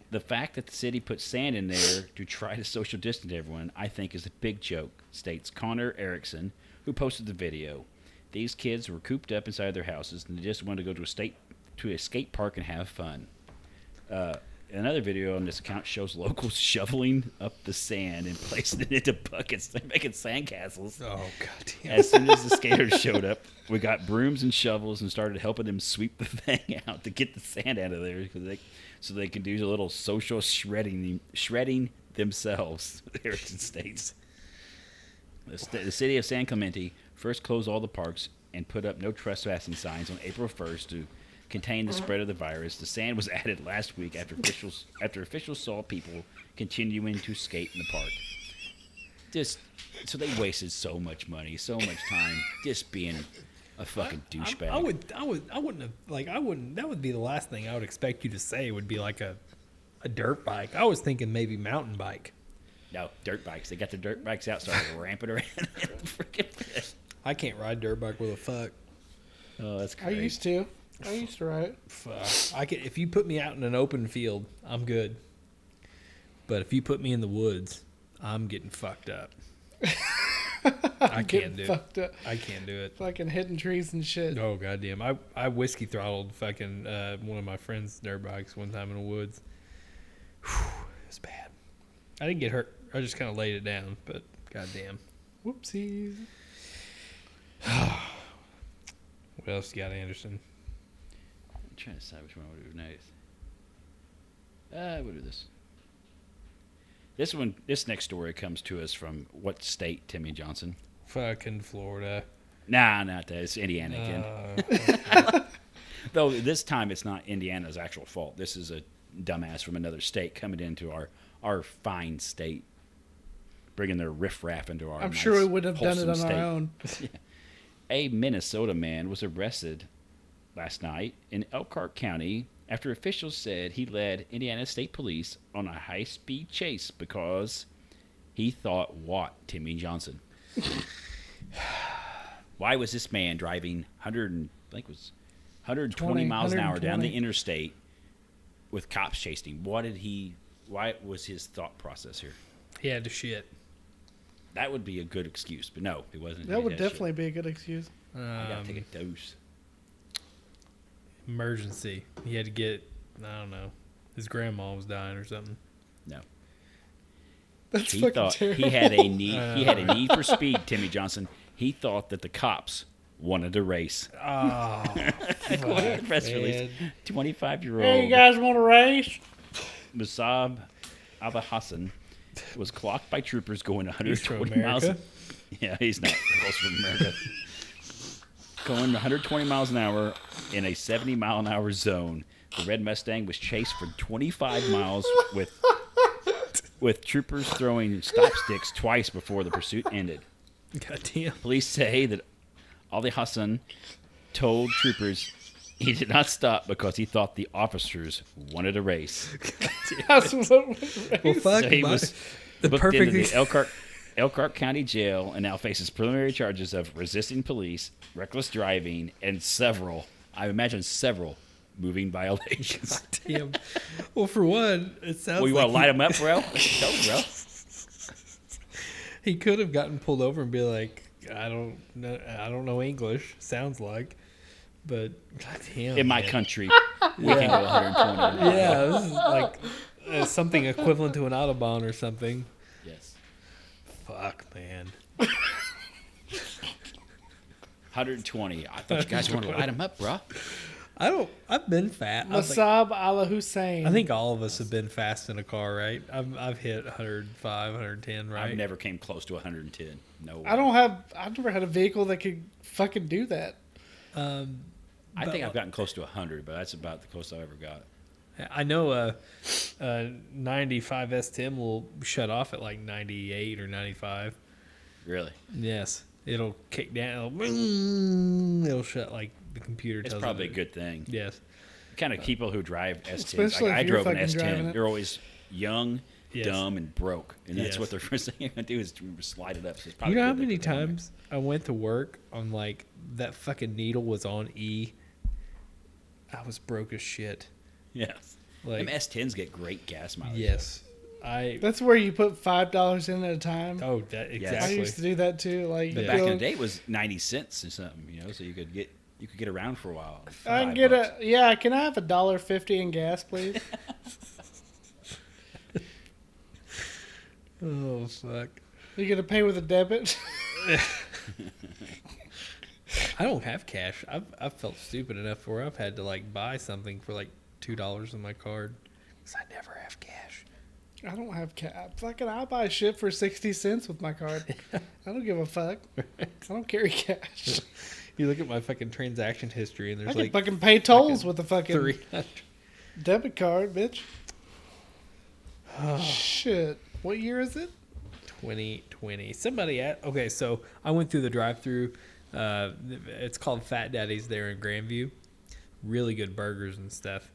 Speaker 2: the fact that the city put sand in there to try to social distance everyone, I think, is a big joke, states Connor Erickson, who posted the video. These kids were cooped up inside their houses and they just wanted to go to a state to a skate park and have fun. Uh, another video on this account shows locals shoveling up the sand and placing it into buckets. They're making sandcastles.
Speaker 1: Oh god damn.
Speaker 2: As soon as the skaters showed up, we got brooms and shovels and started helping them sweep the thing out to get the sand out of there because they, so they could do a little social shredding, shredding themselves. Erickson states. The, st- the city of San Clemente first closed all the parks and put up no trespassing signs on April 1st to contain
Speaker 1: Uh-huh.
Speaker 2: the spread of the virus. The sand was added last week after officials after officials saw people continuing to skate in the park. Just so they wasted so much money, so much time, just being a fucking douchebag.
Speaker 1: I, I would, I would, I wouldn't have like, I wouldn't. That would be the last thing I would expect you to say would be like a, a dirt bike. I was thinking maybe mountain bike.
Speaker 2: No, dirt bikes. They got their dirt bikes out, started ramping around. Freaking-
Speaker 1: I can't ride dirt bike with a fuck.
Speaker 2: oh, that's
Speaker 3: I
Speaker 2: crazy.
Speaker 3: used to. I used to ride it.
Speaker 1: Fuck. I could if you put me out in an open field, I'm good. But if you put me in the woods, I'm getting fucked up. I
Speaker 3: Getting
Speaker 1: can't do it.
Speaker 3: fucked up.
Speaker 1: I can't do it.
Speaker 3: Fucking hitting trees and shit.
Speaker 1: Oh goddamn! I I whiskey throttled fucking uh, one of my friend's dirt bikes one time in the woods. Whew, it was bad. I didn't get hurt. I just kind of laid it down, but goddamn.
Speaker 3: Whoopsies.
Speaker 1: What else you got, Anderson?
Speaker 2: I'm trying to decide which one I would do next. Uh, we'll do this. This one, this next story comes to us from what state, Timmy Johnson?
Speaker 1: Fucking Florida.
Speaker 2: Nah, not that. It's Indiana again.
Speaker 1: Uh,
Speaker 2: Though this time it's not Indiana's actual fault. This is a dumbass from another state coming into our our fine state, bringing their riffraff into our.
Speaker 3: I'm
Speaker 2: nice,
Speaker 3: sure we wouldn't have done it
Speaker 2: wholesome
Speaker 3: on
Speaker 2: state.
Speaker 3: our own.
Speaker 2: A Minnesota man was arrested last night in Elkhart County after officials said he led Indiana State Police on a high speed chase because he thought what Timmy Johnson. Why was this man driving 100 and, I think it was 120
Speaker 3: 20,
Speaker 2: miles an hour down the
Speaker 3: 120.
Speaker 2: interstate with cops chasing him? What did he why was his thought process here?
Speaker 1: he had to shit.
Speaker 2: That would be a good excuse, but no, it wasn't.
Speaker 3: That
Speaker 2: He
Speaker 3: would
Speaker 2: had shit.
Speaker 3: definitely be a good excuse.
Speaker 2: I gotta
Speaker 1: Um,
Speaker 2: take a dose.
Speaker 1: emergency. He had to get. I don't know. His grandma was dying or something.
Speaker 3: That's
Speaker 2: he
Speaker 3: fucking
Speaker 2: thought
Speaker 3: terrible.
Speaker 2: he had a need he had
Speaker 1: Uh.
Speaker 2: a need for speed timmy johnson he thought that the cops wanted to race Ah.
Speaker 1: Oh,
Speaker 2: According to press release 25 year
Speaker 3: Hey, you
Speaker 2: old
Speaker 3: guys want to race?
Speaker 2: musab abba hassan was clocked by troopers going
Speaker 1: He's from
Speaker 2: 120 miles
Speaker 1: America?
Speaker 2: yeah he's not close from america going 120 miles an hour in a 70 mile an hour zone the red mustang was chased for 25 miles with with troopers throwing stop sticks twice before the pursuit ended
Speaker 1: goddamn.
Speaker 2: Police say that Ali Hassan told troopers he did not stop because he thought the officers wanted a race.
Speaker 3: Guys want to race?
Speaker 1: Well, fuck.
Speaker 2: So he
Speaker 1: my-
Speaker 2: was
Speaker 1: the
Speaker 2: booked
Speaker 1: perfect.
Speaker 2: into
Speaker 1: ex-
Speaker 2: the Elkhart, Elkhart County Jail and now faces preliminary charges of resisting police, reckless driving, and several, I imagine several, moving violations.
Speaker 1: Damn. Well, for one, it sounds
Speaker 2: well, you
Speaker 1: like
Speaker 2: want to light him up, bro? Go, bro.
Speaker 1: he, he could have gotten pulled over and be like, "I don't know, I don't know English." Sounds like, but goddamn.
Speaker 2: In my
Speaker 1: man.
Speaker 2: country, we can go 120.
Speaker 1: Yeah, this is like uh, something equivalent to an autobahn or something.
Speaker 2: Yes.
Speaker 1: Fuck, man.
Speaker 2: 120. I thought you guys wanted to light him up, bro.
Speaker 1: I don't. I've been fat. I was like-
Speaker 3: Masab Ala Hussein.
Speaker 1: I think all of us have been fast in a car, right? I've, I've hit 105, 110, right?
Speaker 2: I've never came close to 110. No, way.
Speaker 3: I don't have. I've never had a vehicle that could fucking do that.
Speaker 1: Um,
Speaker 2: I
Speaker 1: but-
Speaker 2: think I've gotten close to 100, but that's about the closest I ever got.
Speaker 1: I know uh, a, a 95 S10 will shut off at like 98 or 95.
Speaker 2: Really,
Speaker 1: Yes. It'll kick down. It'll, boom, it'll shut like the computer
Speaker 2: it's
Speaker 1: tells
Speaker 2: probably a
Speaker 1: it.
Speaker 2: good thing.
Speaker 1: Yes.
Speaker 2: Kind of people who drive S10s.
Speaker 3: Especially
Speaker 2: Like,
Speaker 3: if
Speaker 2: I
Speaker 3: you're
Speaker 2: drove an
Speaker 3: fucking driving
Speaker 2: S10.
Speaker 3: it.
Speaker 2: They're always young,
Speaker 1: Yes.
Speaker 2: dumb, and broke, and that's
Speaker 1: Yes.
Speaker 2: what their first thing you're gonna do is to slide it up. So it's probably
Speaker 1: You know
Speaker 2: a
Speaker 1: how
Speaker 2: good thing
Speaker 1: many
Speaker 2: for them.
Speaker 1: times I went to work on like that fucking needle was on E? I was broke as shit.
Speaker 2: Yes.
Speaker 1: Like,
Speaker 2: Them S10s get great gas mileage.
Speaker 1: yes. I.
Speaker 3: That's where you put five dollars in at a time.
Speaker 1: Oh, that
Speaker 3: I
Speaker 1: exactly.
Speaker 3: used to do that too. Like
Speaker 2: But
Speaker 3: you
Speaker 2: back in
Speaker 3: go-
Speaker 2: the day, it was 90 cents or something. You know, so you could get you could get around for a while.
Speaker 3: I can
Speaker 2: Five
Speaker 3: get
Speaker 2: bucks.
Speaker 3: a yeah. Can I have a dollar fifty in gas, please?
Speaker 1: Oh, fuck.
Speaker 3: You gonna pay with a debit?
Speaker 1: I don't have cash. I've I've felt stupid enough where I've had to like buy something for like two dollars on my card because I never have cash.
Speaker 3: I don't have cash. Fucking, I buy shit for sixty cents with my card. I don't give a fuck. I don't carry cash.
Speaker 1: You look at my fucking transaction history and
Speaker 3: I
Speaker 1: there's
Speaker 3: can
Speaker 1: like
Speaker 3: fucking pay tolls with a fucking
Speaker 1: three hundred.
Speaker 3: debit card, bitch. Shit. What year is it?
Speaker 1: 2020. Somebody at okay, so I went through the drive-through. Uh, it's called Fat Daddy's there in Grandview. Really good burgers and stuff.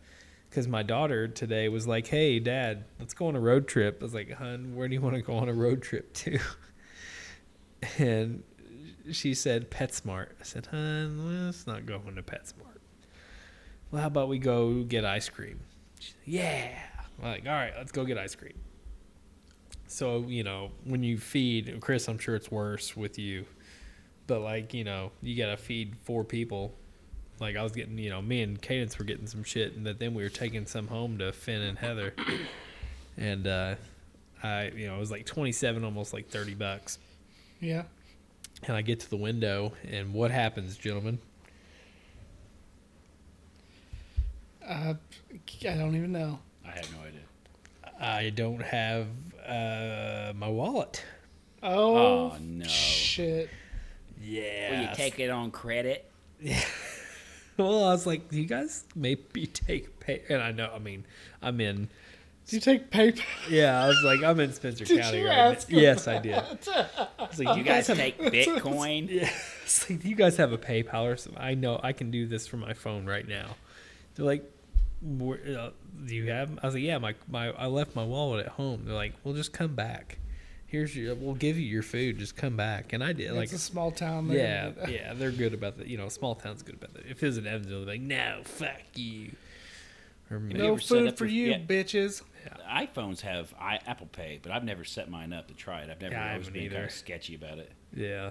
Speaker 1: Because my daughter today was like, "Hey, Dad, let's go on a road trip." I was like, "Hun, where do you want to go on a road trip to?" And she said PetSmart. I said, "Hun, let's not go on to PetSmart. Well, how about we go get ice cream?" She's like, "Yeah." I'm like, "All right, let's go get ice cream." So, you know, when you feed, Chris, I'm sure it's worse with you, but like, you know, you got to feed four people. Like, I was getting, you know, me and Cadence were getting some shit, and that then we were taking some home to Finn and Heather. And, uh, I, you know, it was like 27, almost like 30 bucks.
Speaker 3: Yeah.
Speaker 1: And I get to the window, and what happens, gentlemen?
Speaker 3: Uh, I don't even know.
Speaker 2: I have no idea.
Speaker 1: I don't have uh, my wallet.
Speaker 3: Oh,
Speaker 2: Oh, no.
Speaker 3: shit.
Speaker 1: Yeah.
Speaker 2: it on credit?
Speaker 1: Well, I was like, you guys maybe take pay. And I know, I mean, I'm in.
Speaker 3: Do you take paper?
Speaker 1: Yeah, I was like, I'm in Spencer
Speaker 3: Did
Speaker 1: County
Speaker 3: you
Speaker 1: right now.
Speaker 3: ask him
Speaker 1: Yes, I did. I was like, you guys have
Speaker 2: take Bitcoin?
Speaker 1: Yeah. It's like, do you guys have a PayPal or something? I know I can do this from my phone right now. They're like, "Where- uh, do you have? 'em?" I was like, yeah, my, my I left my wallet at home. They're like, well, just come back. Here's your, we'll give you your food. Just come back. And I did. like,
Speaker 3: it's a small town. they're
Speaker 1: yeah,
Speaker 3: gonna do that.
Speaker 1: yeah, they're good about that. You know, small town's good about that. If it was in Evansville, they're like, no, fuck you. Or maybe-
Speaker 3: No
Speaker 2: ever set
Speaker 3: food
Speaker 2: up
Speaker 3: for
Speaker 2: with-
Speaker 3: you,
Speaker 2: yeah.
Speaker 3: bitches.
Speaker 2: iPhones have I, Apple Pay, but I've never set mine up to try it. I've never
Speaker 1: Yeah, I
Speaker 2: always
Speaker 1: haven't
Speaker 2: been kind
Speaker 1: either.
Speaker 2: of sketchy about it.
Speaker 1: yeah,
Speaker 2: you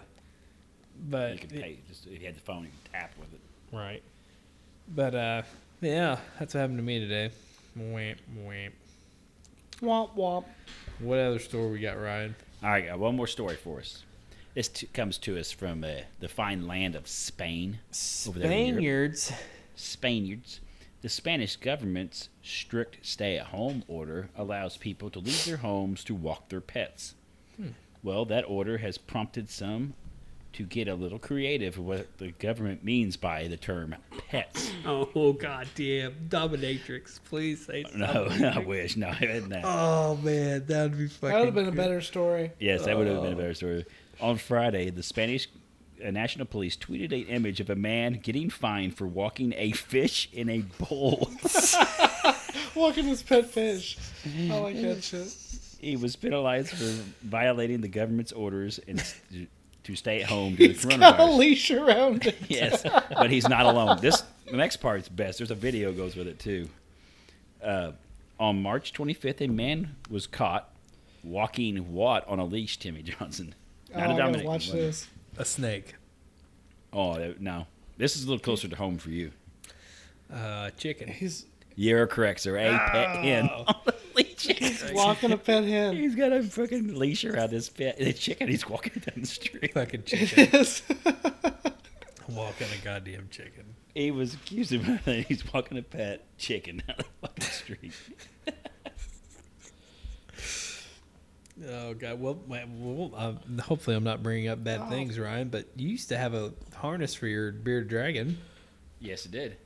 Speaker 1: but
Speaker 2: can pay just if you had the phone, you could tap with it.
Speaker 1: right, but uh, yeah, that's what happened to me today. Wamp wamp.
Speaker 3: Womp womp.
Speaker 1: What other store we got, Ryan?
Speaker 2: All right, got one more story for us. This t- comes to us from uh, the fine land of Spain. Over there in Europe.
Speaker 1: Spaniards.
Speaker 2: Spaniards. The Spanish government's strict stay at home order allows people to leave their homes to walk their pets.
Speaker 1: Hmm.
Speaker 2: Well, that order has prompted some to get a little creative with what the government means by the term pets.
Speaker 1: Oh goddamn, dominatrix! Please say
Speaker 2: No, I wish. No, no.
Speaker 1: Oh man, that would be fucking.
Speaker 3: That would have been a better story.
Speaker 2: Yes, that would have been a better story. On Friday, the Spanish uh, National Police tweeted an image of a man getting fined for walking a fish in a bowl.
Speaker 3: Walking this pet fish. I like that shit.
Speaker 2: He was penalized for violating the government's orders and s- to stay at home due to
Speaker 3: It's got a
Speaker 2: coronavirus.
Speaker 3: leash around it. Oh,
Speaker 2: yes, but he's not alone. This the next part's best. There's a video goes with it too. Uh, on March 25th, a man was caught walking what on a leash. Timmy Johnson.
Speaker 3: Oh, I gotta
Speaker 2: Dominican,
Speaker 3: watch
Speaker 2: wasn't it?
Speaker 3: this.
Speaker 1: a snake,
Speaker 2: Oh that- no, this is a little closer to home for you.
Speaker 1: uh, chicken.
Speaker 3: He's
Speaker 2: You're correct, sir. A pet hen on a leash.
Speaker 3: walking a pet hen.
Speaker 2: He's got a fucking leash around his pet. The chicken. He's walking down the street.
Speaker 1: Fucking chicken.
Speaker 3: Yes.
Speaker 1: Walking a goddamn chicken.
Speaker 2: He was accused of he's walking a pet chicken down the fucking street.
Speaker 1: Oh god. Well, my- well um, hopefully I'm not bringing up bad
Speaker 3: Oh.
Speaker 1: things, Ryan. But you used to have a harness for your bearded dragon.
Speaker 2: yes, it did.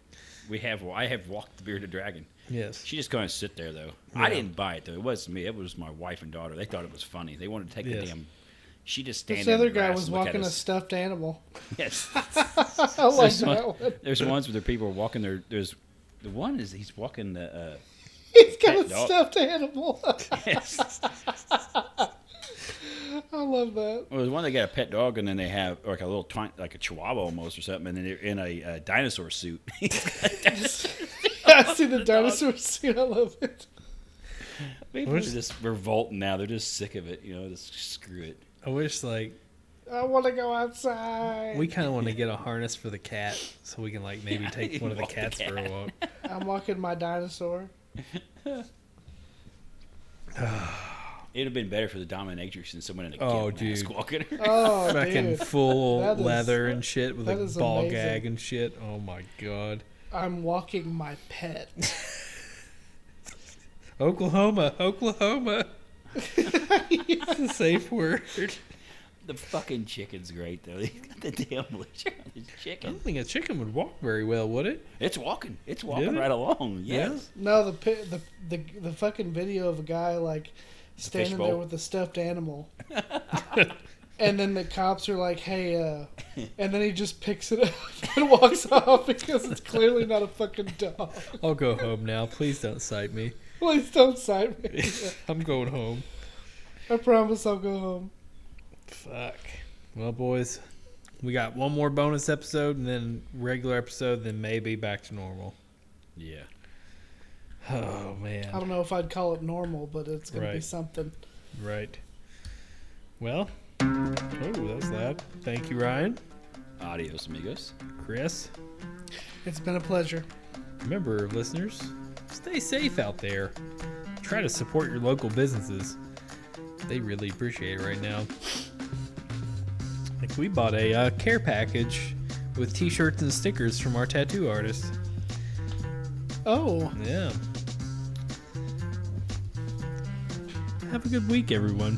Speaker 2: We have. I have walked the bearded dragon.
Speaker 1: Yes.
Speaker 2: She just couldn't sit there though.
Speaker 1: Yeah.
Speaker 2: I didn't buy it though. It wasn't me. It was my wife and daughter. They thought it was funny. They wanted to take
Speaker 1: Yes.
Speaker 2: the damn. She just standing.
Speaker 3: This other
Speaker 2: in the
Speaker 3: guy
Speaker 2: grass
Speaker 3: was
Speaker 2: and look at
Speaker 3: walking a
Speaker 2: us.
Speaker 3: stuffed animal.
Speaker 2: Yes.
Speaker 3: I like
Speaker 2: there's,
Speaker 3: that
Speaker 2: one,
Speaker 3: one.
Speaker 2: there's ones where the people are walking their. There's the one is he's walking the. Uh,
Speaker 3: He's got a
Speaker 2: Pet dog.
Speaker 3: stuffed animal.
Speaker 2: yes.
Speaker 3: I love that.
Speaker 2: Well, there's one that got a pet dog, and then they have like a little twine, like a chihuahua almost or something, and then they're in a uh, dinosaur suit.
Speaker 3: I see the dinosaur scene. I love it.
Speaker 2: People are just revolting now. They're just sick of it. You know, just screw it.
Speaker 1: I wish like
Speaker 3: I want to go outside.
Speaker 1: we kind of want to get a harness for the cat so we can like maybe
Speaker 2: Yeah,
Speaker 1: take
Speaker 2: you
Speaker 1: one of the
Speaker 2: walk the
Speaker 1: cats for a
Speaker 2: cat.
Speaker 1: walk.
Speaker 3: I'm walking my dinosaur.
Speaker 2: It'd have been better for the dominatrix than someone in a
Speaker 1: Oh,
Speaker 2: gill mask
Speaker 1: dude.
Speaker 2: walking her.
Speaker 3: Oh,
Speaker 1: Fucking
Speaker 3: dude.
Speaker 1: full
Speaker 3: That is-
Speaker 1: leather and shit with
Speaker 3: that is
Speaker 1: a ball
Speaker 3: amazing.
Speaker 1: gag and shit. Oh my god.
Speaker 3: I'm walking my pet.
Speaker 1: Oklahoma, Oklahoma. It's a safe word.
Speaker 2: The fucking chicken's great though. He's got the damn leash on
Speaker 1: I
Speaker 2: his
Speaker 1: don't
Speaker 2: chicken.
Speaker 1: think a chicken would walk very well, would it?
Speaker 2: It's walking. It's walking
Speaker 1: it?
Speaker 2: right along.
Speaker 1: Yeah.
Speaker 2: Yes.
Speaker 3: No, the pi- the the the fucking video of a guy like standing there
Speaker 2: bowl.
Speaker 3: with a stuffed animal, and then the cops are like, "Hey," uh, and then he just picks it up and walks off because it's clearly not a fucking dog.
Speaker 1: I'll go home now. Please don't cite me.
Speaker 3: Please don't cite me.
Speaker 1: I'm going home.
Speaker 3: I promise I'll go home.
Speaker 1: Fuck. Well, boys, we got one more bonus episode and then regular episode, then maybe back to normal.
Speaker 2: Yeah.
Speaker 1: Oh man.
Speaker 3: I don't know if I'd call it normal, but it's gonna be
Speaker 1: Right.
Speaker 3: something.
Speaker 1: Right. Well, oh, that was loud. Thank you, Ryan,
Speaker 2: Adios, amigos.
Speaker 1: Chris.
Speaker 3: It's been a pleasure.
Speaker 1: Remember, listeners, stay safe out there. Try to support your local businesses. They really appreciate it right now. Like we bought a uh, care package with T-shirts and stickers from our tattoo artist.
Speaker 3: Oh,
Speaker 1: Yeah. Have a good week, everyone.